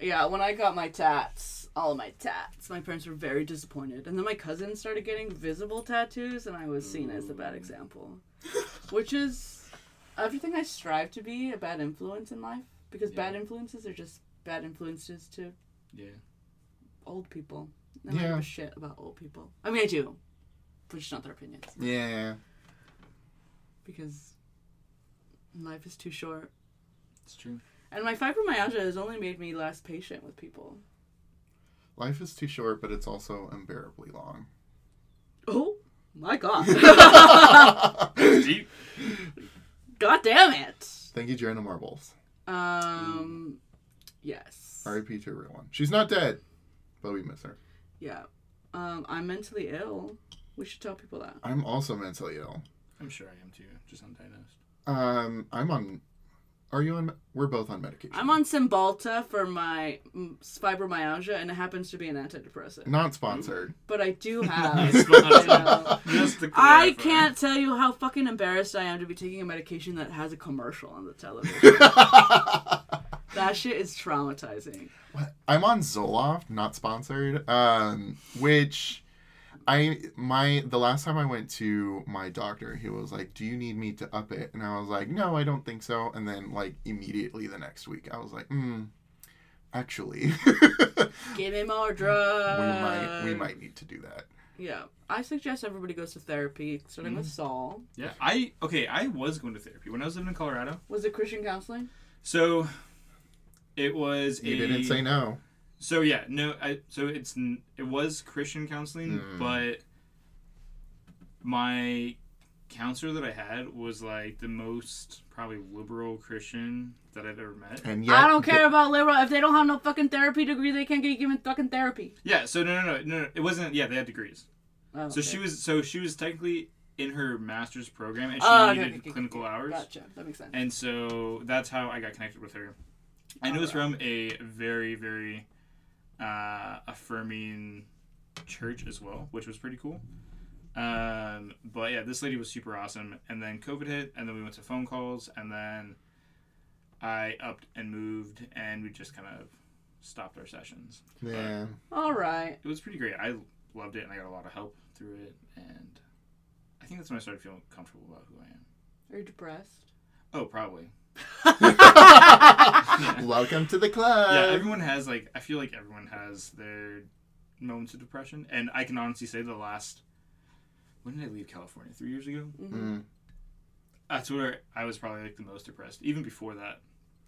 S1: Yeah, when I got my tats, all of my tats, my parents were very disappointed. And then my cousin started getting visible tattoos, and I was seen as the bad example. Which is everything I strive to be a bad influence in life. Because bad influences are just bad influences to
S3: Yeah.
S1: old people. I don't
S2: Yeah.
S1: give a shit about old people. I mean, I do, but just not their opinions.
S2: Yeah.
S1: Because life is too short.
S3: It's *clears throat* true.
S1: And my fibromyalgia has only made me less patient with people.
S2: Life is too short, but it's also unbearably
S1: *laughs*
S2: long.
S1: Oh my god.
S3: Deep.
S1: *laughs* god damn it.
S2: Thank you, Joanna Marbles.
S1: Um, yes.
S2: RIP to everyone. She's not dead, but we miss her.
S1: Yeah. Um, I'm mentally ill. We should tell people that.
S2: I'm also mentally ill.
S3: I'm sure I am too. Just undiagnosed.
S2: Um, I'm on. Are you on? We're both on medication.
S1: I'm on Cymbalta for my mm, fibromyalgia, and it happens to be an antidepressant.
S2: Not sponsored.
S1: But I
S2: *laughs*
S1: do have.
S3: It's
S1: you
S3: not-
S1: know.
S3: Just to
S1: I
S3: clarify.
S1: can't tell you how fucking embarrassed I am to be taking a medication that has a commercial on the television.
S2: *laughs*
S1: Mm-hmm. That shit is traumatizing.
S2: What? I'm on Zoloft, not sponsored. Um, which I my the last time I went to my doctor, he was like, "Do you need me to up it?" And I was like, "No, I don't think so." And then like immediately the next week, I was like, "Hmm, actually, *laughs* we
S1: Give me more drugs.
S2: might
S1: Uh,
S2: we might need to do that."
S1: Yeah, I suggest everybody goes to therapy, starting
S2: Mm.
S1: with Saul.
S3: Yeah, I okay. I was going to therapy when I was living in Colorado.
S1: Was it Christian counseling?
S3: So it was.
S2: You
S3: a,
S2: didn't say no.
S3: So yeah, no. I so it's n- it was Christian counseling,
S2: Hmm.
S3: but my counselor that I had was like the most probably liberal Christian that I've ever met.
S2: And yet,
S1: I don't care about liberal. If they don't have no fucking therapy degree, they can't get given fucking therapy.
S3: Yeah. So no, no, no, no. no, It wasn't. Yeah, they had degrees.
S1: Oh,
S3: So
S1: okay.
S3: she was. So she was technically in her master's program, and she
S1: Oh, okay,
S3: needed
S1: okay, okay,
S3: clinical hours.
S1: Gotcha. That makes sense.
S3: And so that's how I got connected with her. And it was from a very, very uh, affirming church as well, which was pretty cool. Um, but yeah, this lady was super awesome. And then COVID hit, and then we went to phone calls, and then I upped and moved, and we just kind of stopped our sessions. But
S1: *laughs*
S2: Yeah.
S1: All right.
S3: it was pretty great. I loved it, and I got a lot of help through it. And I think that's when I started feeling comfortable about who I am.
S1: Are you depressed?
S3: Oh, probably.
S2: Welcome to the club.
S3: yeah, everyone has like I feel like everyone has their moments of depression, and I can honestly say the last when did I leave California? Three years ago.
S1: Mm-hmm.
S2: Mm.
S3: That's where I was probably like the most depressed. Even before that,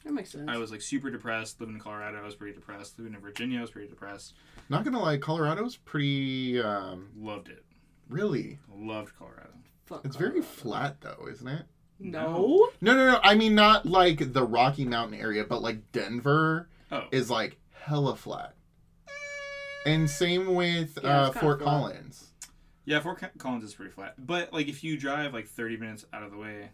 S1: That makes sense.
S3: I was like super depressed. Living in Colorado, I was pretty depressed. Living in Virginia, I was pretty depressed.
S2: Not gonna lie, Colorado's pretty. Um,
S3: Loved it.
S2: really,
S3: Loved Colorado.
S1: Fuck
S2: it's very
S1: Colorado.
S2: flat though, isn't it?
S1: No.
S2: No, no, no. I mean, not like the Rocky Mountain area, but like Denver
S3: Oh,
S2: is like hella flat. And same with
S1: Yeah,
S2: uh,
S1: it's kinda
S2: Fort
S1: flat.
S2: Collins.
S3: yeah. Fort Co- Collins is pretty flat, but like if you drive like thirty minutes out of the way,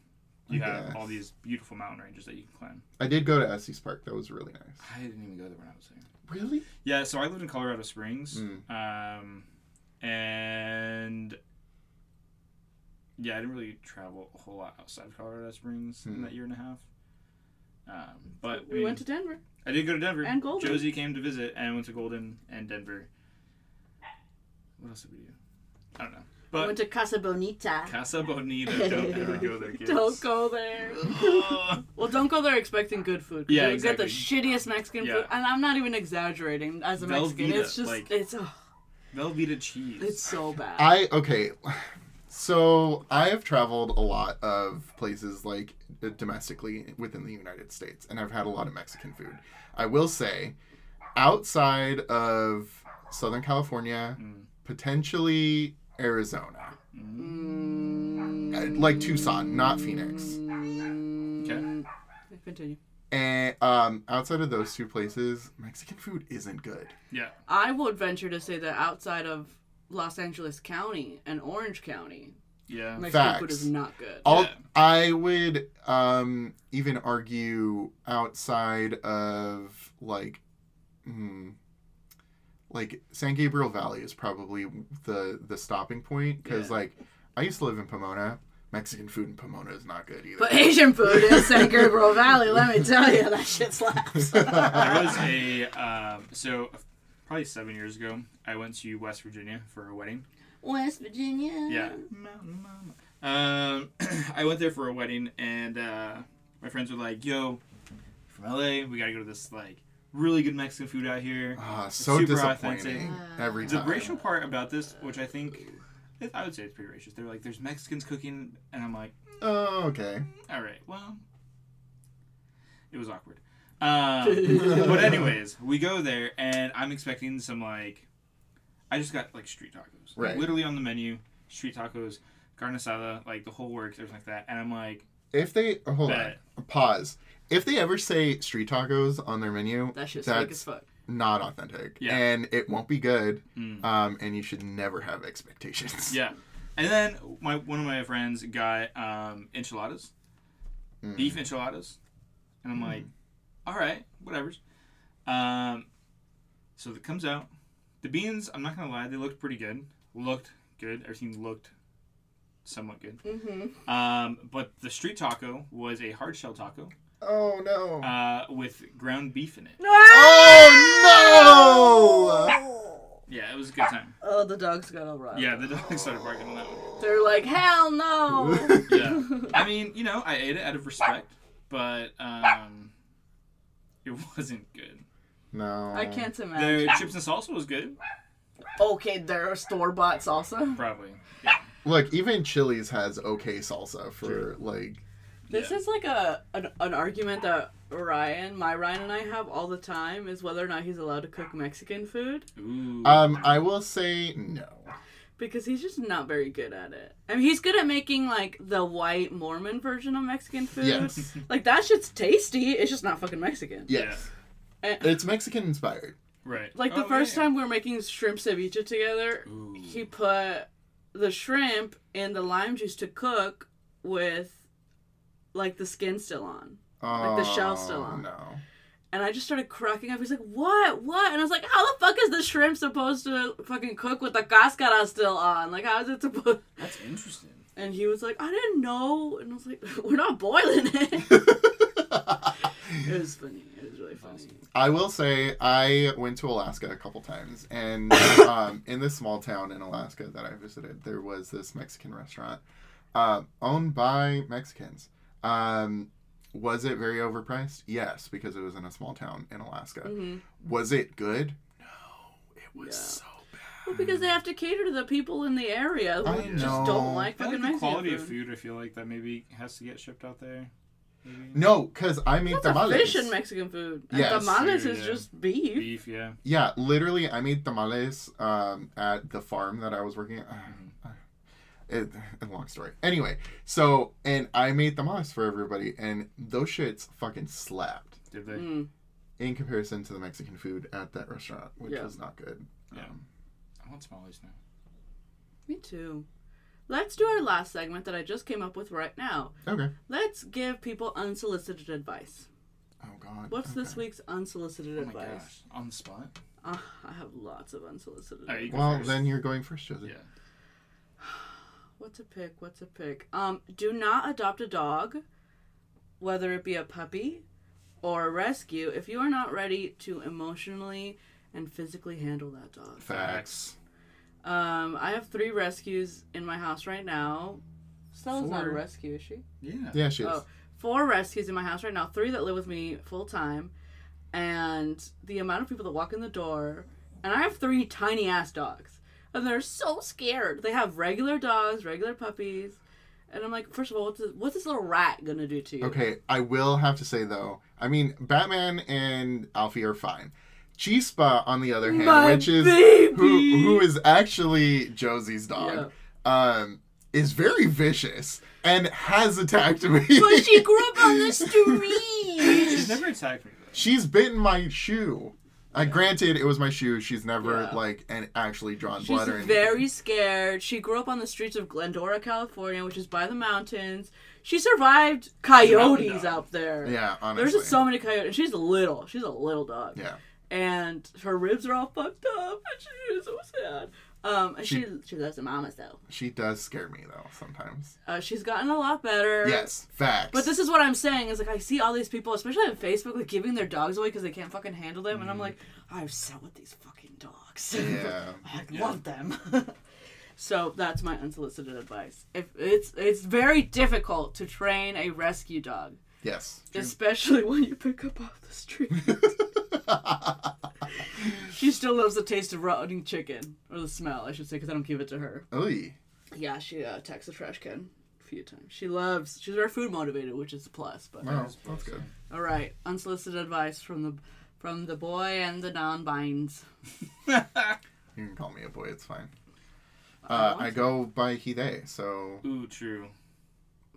S3: you
S2: Yes.
S3: have all these beautiful mountain ranges that you can climb.
S2: I did go to Estes Park. That was really nice.
S3: I didn't even go there when I was there.
S2: Really?
S3: Yeah, so I lived in Colorado Springs. *laughs*
S2: Mm.
S3: Um, and yeah, I didn't really travel a whole lot outside of Colorado Springs in
S2: Hmm.
S3: that year and a half. Um, but I
S1: We went to
S3: mean,
S1: Denver.
S3: I did go to Denver.
S1: and Golden.
S3: Josie came to visit and went to Golden and Denver. What else did we do? I don't know.
S1: We
S3: But
S1: went to Casa Bonita. *laughs*
S3: Casa Bonita, don't ever go there, kids.
S1: Don't go there.
S3: go.
S1: Well, don't go there expecting good food. 'cause
S3: Yeah,
S1: you'll
S3: exactly.
S1: Get the shittiest Mexican
S3: Yeah.
S1: food, and I'm not even exaggerating. As a Mexican,
S3: Velveeta,
S1: it's just
S3: like-
S1: it's oh,
S3: Velveeta cheese.
S1: it's so bad.
S2: I, okay. So I have traveled a lot of places like domestically within the United States, and I've had a lot of Mexican food. I will say, outside of Southern California, potentially Arizona,
S3: Mm-hmm.
S1: Mm.
S2: Uh, like Tucson, not Phoenix.
S3: okay.
S1: Continue.
S2: And um, outside of those two places, Mexican food isn't good.
S3: Yeah.
S1: I would venture to say that outside of Los Angeles County and Orange County,
S3: Yeah.
S1: Mexican food
S2: Facts.
S1: is not good.
S2: All
S3: Yeah.
S2: I would um, even argue outside of like, hmm, like San Gabriel Valley is probably the the stopping point because
S3: Yeah.
S2: like I used to live in Pomona. Mexican food in Pomona is not good either.
S1: But Asian food in San Gabriel Valley, let me tell you, that shit slaps.
S3: There was a um, so probably seven years ago. I went to West Virginia for a wedding.
S1: *laughs* West Virginia.
S3: Yeah, mountain mama. Um, *clears throat* I went there for a wedding, and uh, my friends were like, "Yo, from LA, we gotta go to this like really good Mexican food out here."
S2: Ah, so
S3: super
S2: disappointing
S1: authentic.
S2: every
S3: The
S2: time.
S3: racial part about this, which I think, I would say it's pretty racist. They're like, "There's Mexicans cooking," and I'm like,
S2: Oh, okay.
S3: all right. Well, it was awkward. Um,
S2: *laughs*
S3: but anyways, we go there, and I'm expecting some like, I just got like street tacos,
S2: Right.
S3: Literally on the menu, street tacos, carne asada, like the whole works, everything like that. And I'm like,
S2: If they hold
S3: Bet.
S2: on, pause. If they ever say street tacos on their menu,
S1: That shit's fake as
S2: that's
S1: fuck.
S2: not authentic,
S3: Yeah.
S2: and it won't be good.
S3: Mm.
S2: Um, and you should never have expectations.
S3: yeah. And then my one of my friends got um, enchiladas, beef enchiladas, and I'm like, all right, whatever's. Um, so it comes out. The beans, I'm not gonna lie, they looked pretty good. Looked good. Everything looked somewhat good.
S1: Mm-hmm.
S3: Um, but the street taco was a hard shell taco
S2: *laughs* Oh no.
S3: uh, with ground beef in it.
S2: oh
S1: *laughs*
S2: no.
S3: Yeah, it was a good time.
S1: Oh, the dogs got all rough.
S3: Yeah, the dog *laughs* started barking on that one.
S1: They're like, hell no.
S3: *laughs* Yeah. I mean, you know, I ate it out of respect, but um, it *laughs* wasn't good.
S2: No.
S1: *laughs* I can't imagine.
S3: The chips and salsa was good,
S1: Okay, there are store bought salsa.
S3: probably. Yeah.
S2: Look, even Chili's has okay salsa for like.
S1: This
S3: Yeah.
S1: is like a an, an argument that Ryan, my Ryan, and I have all the time is whether or not he's allowed to cook Mexican food
S3: Ooh.
S1: Uh,
S2: Um, I will say no.
S1: because he's just not very good at it. I mean, he's good at making like the white Mormon version of Mexican food.
S3: *laughs*
S2: Yes.
S1: *laughs* Like that shit's tasty. It's just not fucking Mexican.
S2: Yes.
S1: Eh.
S2: It's Mexican inspired.
S3: right.
S1: Like the
S3: Oh,
S1: first
S3: yeah.
S1: time we were making shrimp ceviche together,
S3: Ooh.
S1: he put the shrimp in the lime juice to cook with like the skin still on.
S2: Oh,
S1: Like the shell's still on.
S2: No.
S1: And I just started cracking up. He's like, "What? What?" And I was like, "How the fuck is the shrimp supposed to fucking cook with the cascara still on? Like, how is it supposed?" *laughs*
S3: That's interesting.
S1: And he was like, "I didn't know." And I was like, *laughs* "We're not boiling it." *laughs*
S2: *laughs*
S1: it
S3: *laughs*
S1: was funny. It was really funny.
S2: I will say I went to Alaska a couple times,
S1: *coughs*
S2: and um, in this small town in Alaska that I visited, there was this Mexican restaurant uh, owned by Mexicans. Um, was it very overpriced? Yes, because it was in a small town in Alaska.
S1: Mhm.
S2: Was it good? No, it was
S1: Yeah.
S2: so bad.
S1: Well, because they have to cater to the people in the area who
S2: I
S1: just
S2: know.
S1: don't like
S3: I like
S1: fucking
S3: the
S1: Mexican
S3: quality
S1: food.
S3: of food, I feel like that maybe has to get shipped out there. Maybe.
S2: No, because I made
S1: That's
S2: tamales.
S1: a fish in Mexican food. And
S2: Yes.
S1: tamales
S3: Yeah,
S1: is
S3: yeah.
S1: just beef.
S3: Beef, yeah.
S2: Yeah, literally, I made tamales um, at the farm that I was working at. *sighs* It, *laughs* a long story. Anyway, so, and I made tamales for everybody, and those shits fucking slapped
S3: Did they?
S1: Mm.
S2: in comparison to the Mexican food at that restaurant, which
S1: Yeah.
S2: was not good.
S3: Yeah.
S2: Um,
S3: I want tamales now.
S1: Me too. Let's do our last segment that I just came up with right now.
S2: okay.
S1: Let's give people unsolicited advice.
S2: Oh, God.
S1: What's
S2: okay.
S1: this week's unsolicited
S3: Oh my
S1: advice?
S3: gosh. On the spot?
S1: Ah, I have lots of unsolicited.
S3: Alright, you go
S2: Well,
S3: first.
S2: then you're going first, Joseph.
S3: Yeah.
S1: What's a pick? What's a pick? Um, do not adopt a dog, whether it be a puppy or a rescue, if you are not ready to emotionally and physically handle that dog.
S2: Facts.
S1: Um, I have three rescues in my house right now. Stella's not a
S3: Four.
S1: rescue, is she?
S3: Yeah.
S2: Yeah, she is.
S1: Oh, four rescues in my house right now. Three that live with me full time, and the amount of people that walk in the door. And I have three tiny ass dogs, and they're so scared. They have regular dogs, regular puppies, and I'm like, first of all, what's this, what's this little rat gonna do to you?
S2: Okay, I will have to say though. I mean, Batman and Alfie are fine. Chispa, on the other hand,
S1: My
S2: which is who
S1: baby!
S2: who is actually Josie's dog, um, is very vicious and has attacked
S1: *laughs*
S2: me.
S1: *laughs* But she grew up on the street.
S3: She's never attacked me, though.
S2: *laughs* She's bitten my shoe. Uh, granted, it was my shoe. She's never
S1: Yeah.
S2: like and actually drawn
S1: She's
S2: blood or anything.
S1: very scared. She grew up on the streets of Glendora, California, which is by the mountains. She survived coyotes
S3: dog.
S1: out there.
S2: yeah, honestly.
S1: There's just so many coyotes. She's little. She's a little dog.
S2: yeah,
S1: And her ribs are all fucked up. And she is so sad. Um, and she,
S2: She-
S1: she, loves her mama, though.
S2: she does scare me though sometimes.
S1: Uh, she's gotten a lot better.
S2: Yes, facts.
S1: But this is what I'm saying is like I see all these people, especially on Facebook, like giving their dogs away because they can't fucking handle them, and I'm like, I'm sad with these fucking dogs.
S2: yeah.
S1: *laughs* I
S3: Yeah.
S1: love them. *laughs* so that's my unsolicited advice. If it's it's very difficult to train a rescue dog,
S2: Yes.
S1: especially when you pick up off the *laughs* street. she still loves the taste of rotting chicken or the smell, I should say, because I don't give it to her.
S2: Oy.
S1: Yeah, she uh, attacks the trash can a few times. She loves. She's very food motivated, which is a plus. But
S2: Wow, that's good.
S1: all right, unsolicited advice from the from the boy and the non-binds.
S2: You can call me a boy. It's fine.
S1: I
S2: Uh,
S1: want
S2: I go by he they. So
S3: Ooh, true.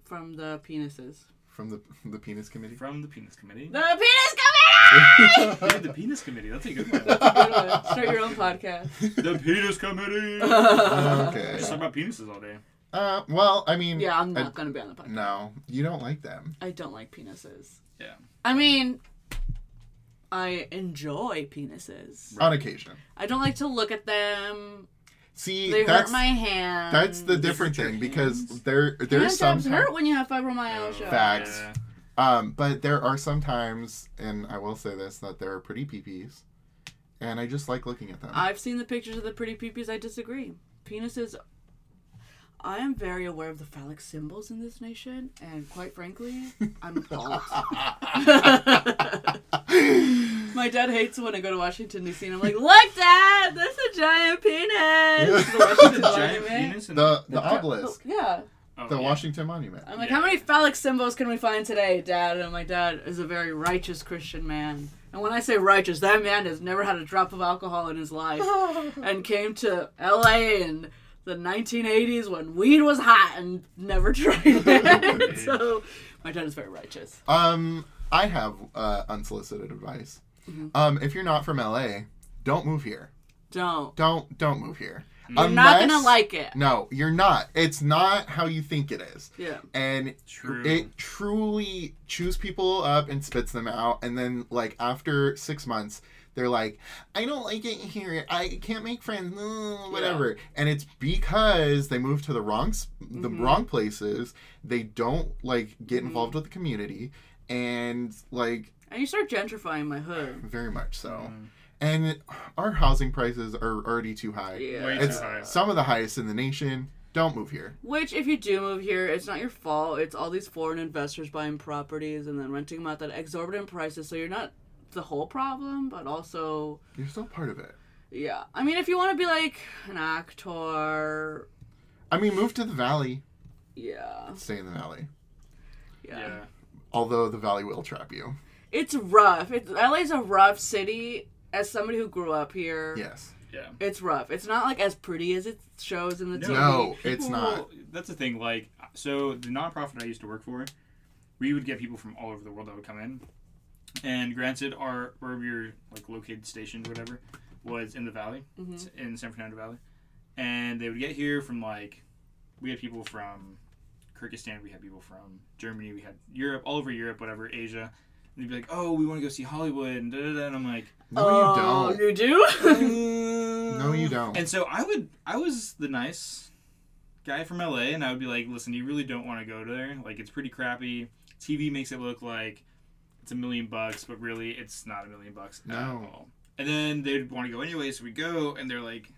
S1: From the penises.
S2: from the *laughs* the penis committee.
S3: From the penis committee.
S1: The penis committee. *laughs*
S3: Dude, the penis committee. That's a good one.
S1: Start your own podcast.
S3: The
S1: *laughs*
S3: penis committee.
S2: okay.
S3: Just talk about penises all day.
S2: Uh, well, I mean,
S1: Yeah, I'm
S2: I-
S1: not gonna be on the podcast.
S2: no, you don't like them.
S1: I don't like penises.
S3: Yeah.
S1: I mean, I enjoy penises.
S2: On occasion.
S1: I don't like to look at them.
S2: See,
S1: They
S2: that's
S1: hurt my hand.
S2: that's the different
S3: Hurt your
S2: thing because
S3: hands.
S2: there
S1: Hand
S2: there's some
S1: jobs hurt when you have fibromyalgia.
S2: Fact. Facts.
S3: Yeah.
S2: um, but there are some times, and I will say this that there are pretty peepees, and I just like looking at them.
S1: I've seen the pictures of the pretty peepees. I disagree. Penises. I am very aware of the phallic symbols in this nation, and quite frankly, I'm
S2: *laughs*
S1: appalled. My dad hates it when I go to Washington D.C. and I'm like, "Look, Dad, that's a giant penis." The
S3: The
S1: Washington
S3: giant
S1: Monument.
S3: penis
S2: *laughs*
S3: and
S2: the the obelisk,
S1: Yeah.
S3: oh,
S2: the
S3: yeah.
S2: Washington Monument.
S1: I'm like,
S3: Yeah.
S1: how many phallic symbols can we find today, Dad? And my dad is a very righteous Christian man. And when I say righteous, that man has never had a drop of alcohol in his life and came to LA in the 1980s when weed was hot and never tried it. *laughs* so my dad is very righteous.
S2: Um, I have uh, unsolicited advice. Um, if you're not from LA, don't move here.
S1: Don't.
S2: Don't don't move here.
S1: I'm not going to like it.
S2: No, you're not. It's not how you think it is.
S1: Yeah.
S2: And
S3: True.
S2: it truly chews people up and spits them out. And then, like, after six months, they're like, I don't like it here. I can't make friends, mm, whatever. And it's because they move to the wrong, s- the
S1: Mm-hmm.
S2: wrong places. They don't, like, get involved with the community. And, like,
S1: And you start gentrifying my hood.
S2: very much so.
S3: Mm-hmm.
S2: And our housing prices are already too high.
S1: Yeah.
S3: Way
S2: It's
S3: too high.
S2: some of the highest in the nation. Don't move here.
S1: Which, if you do move here, it's not your fault. It's all these foreign investors buying properties and then renting them out at exorbitant prices. So you're not the whole problem, but also,
S2: You're still part of it.
S1: yeah. I mean, if you want to be like an actor,
S2: I mean, move to the valley.
S1: yeah,
S2: Stay in the valley.
S1: yeah.
S3: yeah.
S2: Although the valley will trap you.
S1: It's rough. It's, LA's a rough city. As somebody who grew up here,
S2: Yes.
S3: Yeah.
S1: it's rough. It's not like as pretty as it shows in the TV.
S2: No, it's not.
S3: That's the thing. Like, so the nonprofit I used to work for, we would get people from all over the world that would come in, and granted, our wherever you're like located stations, or whatever, was in the valley,
S1: Mm-hmm.
S3: s- in San Fernando Valley, and they would get here from like, we had people from Kyrgyzstan, we had people from Germany, we had Europe, all over Europe, whatever, Asia. And they'd be like, "Oh, we want to go see Hollywood," and da da da. And I'm like,
S2: No,
S1: Oh,
S2: you don't.
S1: You do?
S2: *coughs*
S3: *laughs*
S2: No, you don't.
S3: And so I would, I was the nice guy from LA, and I would be like, listen, you really don't want to go there. Like, it's pretty crappy. TV makes it look like it's a million bucks, but really, it's not a million bucks at
S2: No.
S3: all. And then they'd want to go anyway, so we go, and they're like,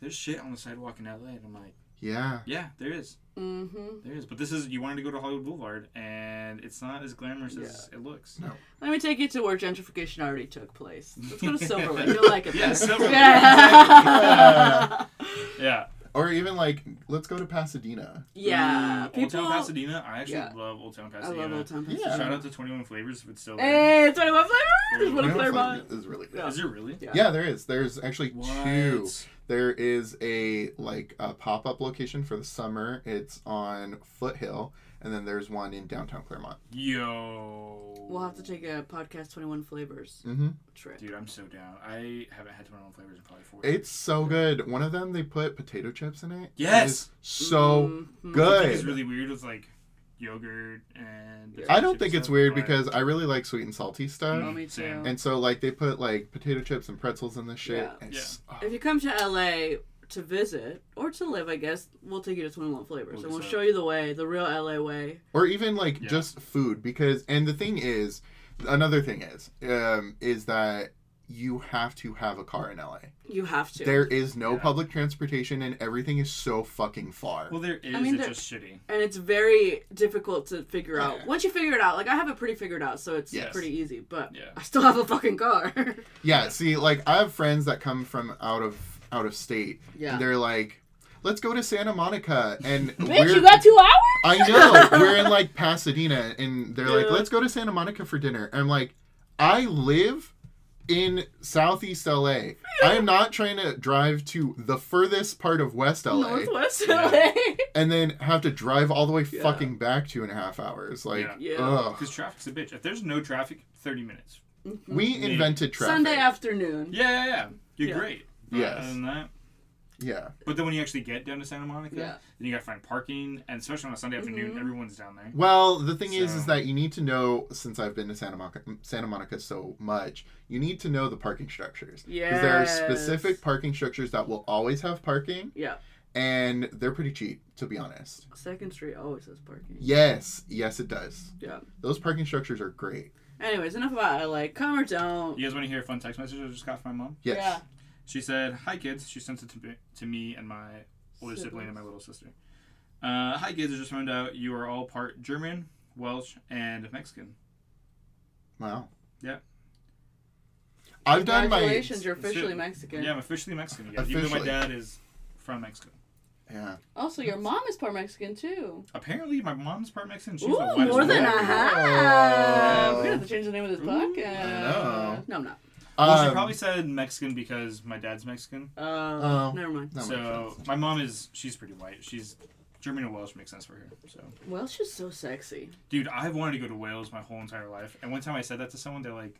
S3: there's shit on the sidewalk in LA. And I'm like,
S2: yeah.
S3: yeah, there is.
S1: mm-hmm.
S3: There is. But this is, you wanted to go to Hollywood Boulevard, and it's not as glamorous as it looks.
S2: No.
S1: Let me take you to where gentrification already took place. Let's
S3: *laughs*
S1: go to Silver Lake. You'll like it.
S3: Yeah,
S1: there.
S3: Silver Lake.
S1: Yeah.
S3: Yeah.
S2: Or even like, let's go to Pasadena.
S1: *laughs* yeah.
S3: Ooh, Mm, Old
S1: People.
S3: Town Pasadena. I actually
S1: Yeah.
S3: love Old Town
S1: I
S3: Pasadena.
S1: love Old Town
S2: Yeah.
S1: Pasadena.
S3: Shout out to 21 Flavors if it's still there.
S1: Hey, 21 flavors. What
S2: You
S1: a
S2: know,
S1: Claremont.
S2: like, This is really good.
S1: Yeah.
S3: Is it really?
S1: Yeah.
S2: Yeah, there is. There's actually
S3: What?
S2: two. There is a like a pop up location for the summer. It's on Foothill, and then there's one in downtown Claremont.
S3: Yo.
S1: We'll have to take a podcast 21 flavors
S2: Mm-hmm.
S1: trip.
S3: Dude, I'm so down. I haven't had 21 flavors in probably four.
S2: It's so good. One of them they put potato chips in it.
S3: Yes.
S2: It is so
S3: Mm-hmm.
S1: Mhm.
S2: good.
S3: It's really weird with like yogurt and. Mm-hmm.
S1: Yeah.
S2: I don't think it's weird
S3: But-
S2: because uh, I really like sweet and salty stuff.
S1: Oh, me too.
S3: Same.
S2: And so like they put like potato chips and pretzels in this shit.
S1: Yeah.
S2: and it's- oh,
S1: If you come to LA to visit or to live, I guess, we'll take you to 21 flavors
S3: We'll
S1: and we'll
S3: decide.
S1: show you the way, the real LA way.
S2: Or even like
S3: Yeah.
S2: just food because and the thing is another thing is um is that you have to have a car in LA.
S1: You have to.
S2: There is no
S3: Yeah.
S2: public transportation and everything is so fucking far.
S3: Well, there is.
S1: I mean,
S3: it's
S1: there-
S3: just shitty.
S1: and it's very difficult to figure
S2: Yeah.
S1: out. Once you figure it out, like I have it pretty figured out, so it's
S2: Yes.
S1: pretty easy. But
S3: Yeah.
S1: I still have a fucking car. *laughs*
S2: Yeah, see, like I have friends that come from out of out of state.
S1: Yeah.
S2: And they're like, let's go to Santa Monica and
S1: *laughs* Bitch, you got two hours? *laughs*
S2: I know. We're in like Pasadena and they're like,
S1: Yeah.
S2: let's go to Santa Monica for dinner. And I'm like, I live in southeast LA. I am not trying to drive to the furthest part of West LA
S1: Northwest
S3: Yeah.
S1: LA.
S2: and then have to drive all the way
S1: Yeah.
S2: fucking back two and a half hours. Like,
S3: Yeah.
S1: Yeah.
S2: ugh.
S3: Because traffic's a bitch. If there's no traffic, 30 minutes.
S2: We
S3: Yeah.
S2: invented traffic.
S1: Sunday afternoon.
S3: Yeah, yeah, yeah. You're
S1: Yeah.
S3: great. But
S2: Yes.
S3: Other than that,
S2: Yeah.
S3: but then when you actually get down to Santa Monica,
S1: Yeah.
S3: then you gotta find parking, and especially on a Sunday afternoon,
S1: Mhm.
S3: everyone's down there.
S2: Well, the thing is, is
S3: So-
S2: that you need to know. Since I've been to Santa Monica, Santa Monica so much, you need to know the parking structures.
S1: Yeah.
S2: there are specific parking structures that will always have parking,
S1: Yeah.
S2: and they're pretty cheap, to be honest.
S1: Second Street always has parking.
S2: Yes, yes, it does.
S1: Yeah.
S2: Those parking structures are great.
S1: Anyways, enough about LA. Come or don't.
S3: You guys want to hear a fun text message I just got from my mom?
S2: Yes.
S1: Yeah.
S3: She said, "Hi kids." She sent it to me, to me and my older sibling and my little sister. Uh, Hi kids, I just found out you are all part German, Welsh, and Mexican.
S2: Wow.
S3: Yeah.
S2: I've done my.
S1: Congratulations, you're officially
S3: Shit.
S1: Mexican.
S3: Yeah, I'm officially Mexican. Yeah, even though my
S2: Officially.
S3: dad is from Mexico.
S2: Yeah.
S1: Also, your mom is part Mexican too.
S3: Apparently, my mom's part Mexican. She's
S1: Ooh,
S3: the whitest
S1: more
S3: one.
S1: than I have.
S2: Oh.
S1: We're gonna have to change the name of this
S3: Ooh,
S1: podcast.
S2: I know.
S1: No, I'm not.
S3: Well, she
S2: Um,
S3: probably said Mexican because my dad's Mexican.
S1: Uh,
S2: Oh.
S1: never mind.
S2: that makes
S3: so
S2: sense.
S3: my mom is she's pretty white. She's German and Welsh makes sense for her. So
S1: Welsh is so sexy.
S3: dude, I've wanted to go to Wales my whole entire life. And one time I said that to someone, they're like,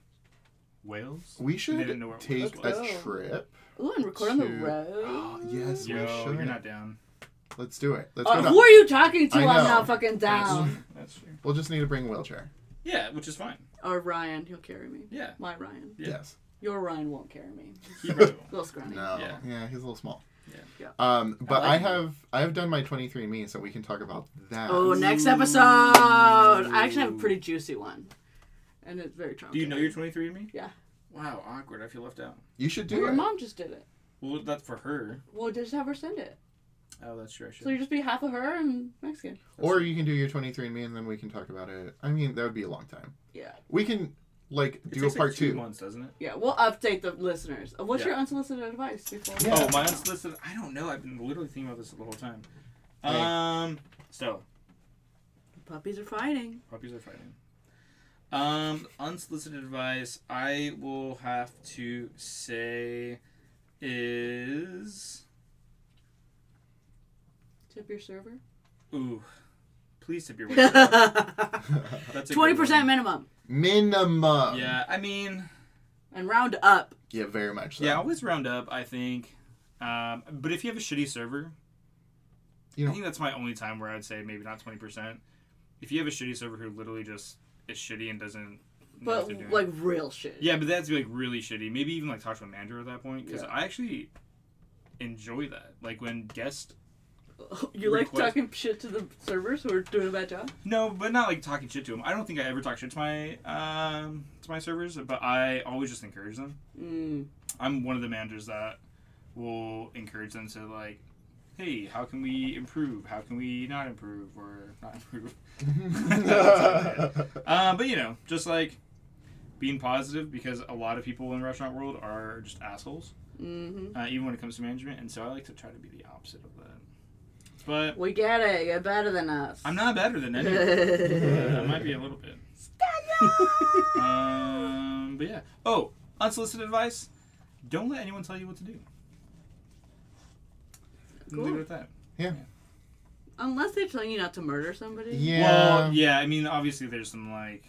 S3: Wales?
S2: we
S3: They didn't know
S2: should
S3: where it
S2: take
S1: was.
S2: a trip.
S1: Ooh, and record on the
S2: Shoot.
S1: road.
S2: *gasps* yes,
S3: Yo,
S2: we should.
S3: you're not down.
S2: Let's do it. Let's
S1: Uh,
S2: go.
S1: who
S2: To...
S1: are you talking to?
S2: I
S1: I'm
S2: know.
S1: not fucking
S3: That's,
S1: down.
S3: that's true.
S2: We'll just need to bring a wheelchair.
S3: Yeah, which is fine.
S1: *laughs* or Ryan, he'll carry me.
S3: Yeah.
S1: My Ryan.
S3: Yeah.
S2: Yes.
S1: Your Ryan won't carry me.
S3: Keep it going.
S1: Little scrawny.
S2: No.
S3: Yeah.
S2: Yeah. he's a little small.
S3: Yeah.
S1: Yeah.
S2: Um, but
S1: I
S2: I,
S1: like him.
S2: have I have done my 23andMe, so we can talk about that.
S1: Oh, next
S3: Ooh.
S1: episode. I actually have a pretty juicy one, and it's very traumatic.
S3: Do you know you're 23 and me?
S1: Yeah.
S3: Wow, awkward. I feel left out.
S2: You should do
S1: Well, your
S2: it.
S1: mom just did it.
S3: Well, that's for her.
S1: Well, just have her send it.
S3: Oh, that's true. I should.
S1: So you just be half of her and Mexican.
S2: Or you can do your 23andMe, and then we can talk about it. I mean, that would be a long time.
S1: Yeah.
S2: We can like
S3: It
S2: do a
S3: takes, like,
S2: part
S3: two
S2: two.
S3: months, doesn't it?
S1: Yeah, we'll update the listeners. Uh, What's
S3: Yeah.
S1: your unsolicited advice before?
S2: Yeah.
S3: Oh, my unsolicited. I don't know. I've been literally thinking about this the whole time.
S2: Hey.
S3: Um, so
S1: Puppies are fighting.
S3: puppies are fighting. Um, unsolicited advice. I will have to say is
S1: Tip your server.
S3: ooh, please tip your waiter.
S1: Twenty
S3: That's a good
S1: percent
S3: one.
S1: minimum
S2: *laughs* Minimum.
S3: Yeah, I mean,
S1: and round up.
S2: Yeah, very much. So. *laughs*
S3: yeah, always round up. I think. Um, but if you have a shitty server,
S2: You know-
S3: I think that's my only time where I'd say maybe not twenty percent. If you have a shitty server who literally just is shitty and doesn't, know what
S1: But
S3: they're doing.
S1: like real shit.
S3: Yeah, but that's like really shitty. Maybe even like talk to a manager at that point because
S1: Yeah.
S3: I actually enjoy that. Like when guests,
S1: *laughs* You like
S3: Request-
S1: talking shit to the servers who are doing a bad job?
S3: no, but not like talking shit to them. I don't think I ever talk shit to my um to my servers, but I always just encourage them.
S1: Mm.
S3: I'm one of the managers that will encourage them to like, hey, how can we improve? How can we not improve or not *laughs* improve? Uh, but you know, just like being positive because a lot of people in the restaurant world are just assholes.
S1: hmm
S3: uh, even when it comes to management. And so I like to try to be the opposite of that. But
S1: We get it. You're better than us.
S3: I'm
S1: *laughs*
S3: not better than anyone.
S1: Stand
S3: I might be a little bit.
S1: up!
S3: Um, but yeah. Oh, unsolicited advice: don't let anyone tell you what to do.
S1: Cool.
S3: Leave it at that.
S1: Unless they're telling you not to murder somebody.
S2: Yeah.
S3: Well, yeah. I mean, obviously, there's some like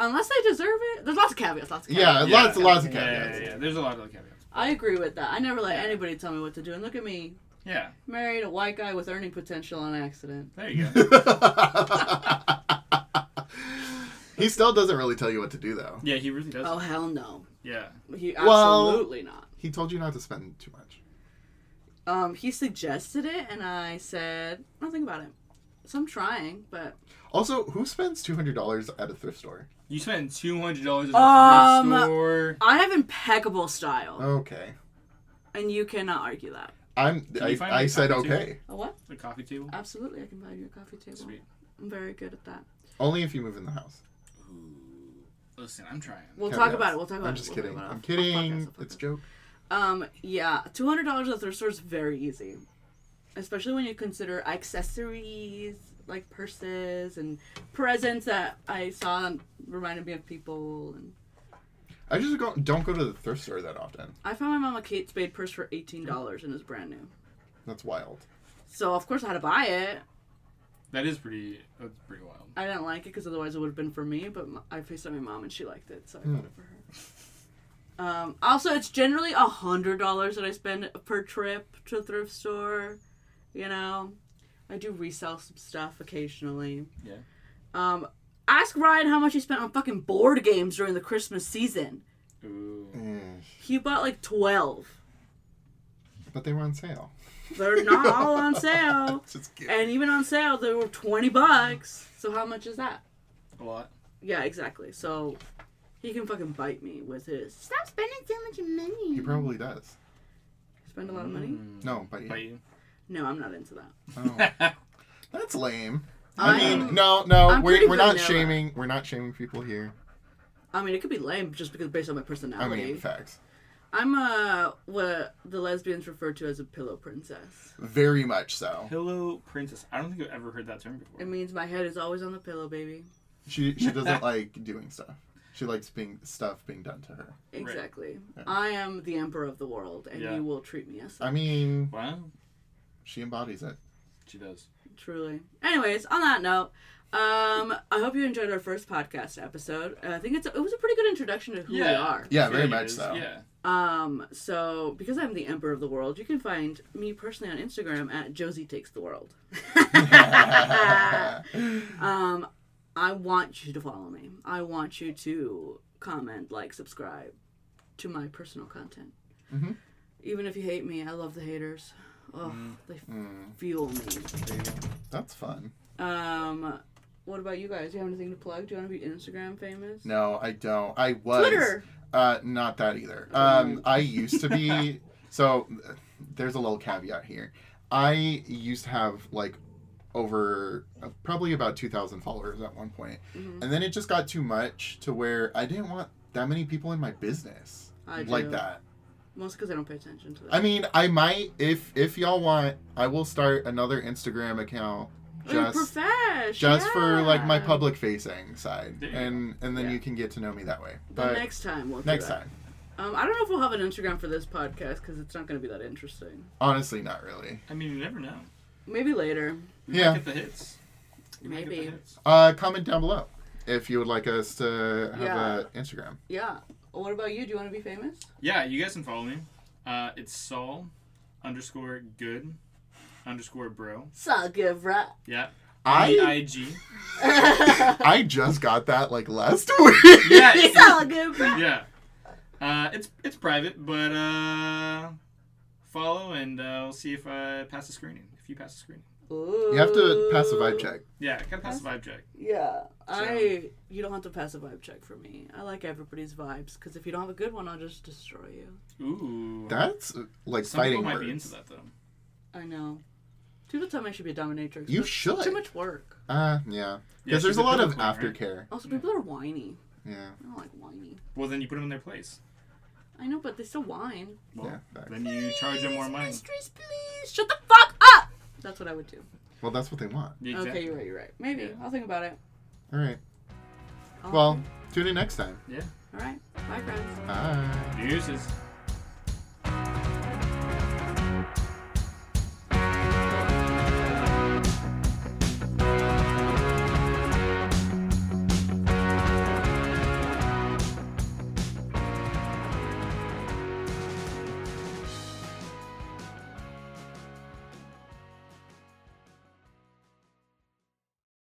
S1: Unless they deserve it. There's lots of caveats. Lots of
S2: yeah,
S1: caveats.
S3: Yeah.
S2: lots, lots of
S3: yeah, yeah,
S2: caveats.
S3: yeah, There's a lot of caveats.
S1: I agree with that. I never let
S3: Yeah.
S1: anybody tell me what to do. And look at me.
S3: Yeah.
S1: Married a white guy with earning potential on accident.
S3: There you
S2: *laughs*
S3: go.
S2: he still doesn't really tell you what to do, though.
S3: yeah, he really does.
S1: Oh, hell no.
S3: Yeah.
S1: He,
S2: Well-
S1: absolutely not.
S2: He told you not to spend too much.
S1: Um, he suggested it, and I said nothing about it. So I'm trying, but
S2: Also, who spends two hundred dollars at a thrift store?
S3: You spent two hundred dollars at a
S1: Um,
S3: thrift store.
S1: I have impeccable
S2: Oh.
S1: style,
S2: Okay,
S1: and you cannot argue that.
S2: I'm.
S3: you
S2: I,
S3: find me
S2: I
S3: a
S2: said
S3: copy, too?
S2: okay.
S1: A what?
S3: The coffee table.
S1: Absolutely, I can buy you a coffee table.
S3: Sweet.
S1: I'm very good at that.
S2: Only if you move in the house.
S3: Listen, I'm trying.
S1: We'll
S2: Caveats.
S1: talk about it. We'll talk about it.
S2: I'm just
S1: We'll talk
S2: kidding.
S1: about it.
S2: I'm
S1: Fuck podcast,
S2: kidding.
S1: fuck
S2: It's a
S1: podcast.
S2: joke.
S1: Um, yeah, two hundred dollars at the thrift store is very easy, especially when you consider accessories like purses and presents that I saw and reminded me of people. And
S2: I just go, don't go to the thrift store that often.
S1: I found my mom a Kate Spade purse for eighteen dollars and it's brand new.
S2: That's wild.
S1: So of course I had to buy it.
S3: That is pretty. That's pretty wild.
S1: I didn't like it because otherwise it would have been for me. But m- I faced on my mom and she liked it, so I bought it for her. Um, also, it's generally a hundred dollars that I spend per trip to a thrift store. You know, I do resell some stuff occasionally.
S3: Yeah.
S1: Um, ask Ryan how much he spent on fucking board games during the Christmas season.
S3: Ooh.
S2: Mm.
S1: He bought like twelve.
S2: But they were on sale.
S1: They're not all
S2: *laughs*
S1: on sale,
S2: Just kidding.
S1: and even on sale they were twenty bucks. So how much is that?
S3: A lot.
S1: Yeah, exactly. So he can fucking bite me with his. Stop spending so much money.
S2: He probably does.
S1: spend a lot of money.
S3: Mm.
S2: No, but yeah.
S3: Bite you.
S1: No, I'm not into that.
S3: *laughs*
S2: Oh, *laughs* that's lame. I
S1: I'm-
S2: mean, no, no,
S1: I'm
S2: we're,
S1: pretty
S2: we're not
S1: vanilla.
S2: shaming. We're not shaming people here.
S1: I mean, it could be lame just because based on my
S2: I
S1: personality.
S2: mean, facts.
S1: I'm uh what the lesbians refer to as a pillow princess.
S2: Very much so.
S3: Pillow princess. I don't think I've ever heard that term before.
S1: It means my head is always on the pillow, baby.
S2: She
S1: *laughs*
S2: she doesn't like doing stuff. She likes being stuff being done to her.
S1: Exactly. I am the emperor of the world, and
S3: Yeah.
S1: you will treat me as such.
S2: I mean,
S3: wow.
S2: she embodies it.
S3: She does.
S1: Truly. Anyways, on that note, um, I hope you enjoyed our first podcast episode. Uh, I think it's a, it was a pretty good introduction to who we
S3: Yeah.
S1: are.
S2: Yeah,
S3: I feel
S2: very
S3: like it
S2: much
S3: is.
S2: so.
S3: Yeah.
S1: Um, so because I'm the emperor of the world, you can find me personally on Instagram at Josie Takes the World. Ah.
S2: *laughs*
S1: um, I want you to follow me. I want you to comment, like, subscribe to my personal content.
S2: Mhm.
S1: Even if you hate me, I love the haters. Oh,
S2: Mm,
S1: they f- fuel me.
S2: Hmm, That's fun.
S1: Um, what about you guys? Do you have anything to plug? Do you want to be Instagram famous?
S2: No, I don't. I was
S1: Twitter.
S2: Uh, not
S1: *laughs*
S2: that either. Um, I used to be. so uh, there's a little caveat here. I used to have like over uh, probably about 2,000 followers at one point.
S1: Mhm.
S2: and then it just got too much to where I didn't want that many people in my business
S1: I do.
S2: like that.
S1: Mostly because I don't pay attention to that.
S2: I mean, I might if if y'all want, I will start another Instagram account
S1: Ooh,
S2: just
S1: Oh, profesh,
S2: just for like my
S1: yeah.
S2: public facing side,
S3: There you
S2: and and then
S1: Yeah.
S2: you can get to know me that way.
S1: But
S2: But next,
S1: next time we'll do that.
S2: time,
S1: Um, I don't know if we'll have an Instagram for this podcast because it's not going to be that interesting.
S2: honestly, not really.
S3: I mean, you never know.
S1: Maybe later.
S3: You
S2: Yeah.
S3: Might get the hits. You might get the
S1: Maybe.
S3: hits.
S2: Uh, comment down below if you would like us to have
S1: Yeah.
S2: a Instagram.
S1: Yeah. What about you? Do you want to be famous?
S3: Yeah, you guys can follow me. Uh, it's Saul underscore good underscore bro.
S1: *laughs* Sagivra.
S3: Yeah.
S2: I-
S3: I I
S2: *laughs*
S3: G.
S1: *laughs*
S2: I just got that like last *laughs* week.
S3: Yeah. it's-
S1: Sagivra.
S3: yeah. Uh, it's it's private, but uh, follow and uh, we'll see if I pass the screening. If you pass the screening.
S1: Ooh.
S2: You have to pass a vibe check.
S3: Yeah, gotta pass the vibe check.
S1: Yeah. I. You don't have to pass a vibe check for me. I like everybody's vibes because if you don't have a good one, I'll just destroy you.
S3: Ooh.
S2: That's uh, like
S3: Some
S2: fighting
S3: people might
S2: words.
S3: be into that though.
S1: I know. People tell me I should be a dominatrix.
S2: You
S1: but it's
S2: should.
S1: Too much work.
S2: Uh, yeah.
S3: Yeah,
S2: Because
S3: she's
S2: there's a
S3: a
S2: lot
S3: pillow
S2: of
S3: queen, right?
S2: aftercare.
S1: Also, people are whiny.
S2: Yeah.
S1: I don't like whiny.
S3: Well, then you put them in their place.
S1: I know, but they still whine.
S3: Well,
S2: Yeah, facts.
S3: then you charge them more money.
S1: Mistress, please shut the fuck up. That's what I would do.
S2: Well, that's what they want.
S3: Yeah,
S1: Okay, you're right. You're right. Maybe
S3: Yeah.
S1: I'll think about it.
S2: All right.
S1: I'll-
S2: Well, tune in next time.
S3: Yeah.
S1: all right. Bye, friends.
S2: Bye.
S3: Deuces.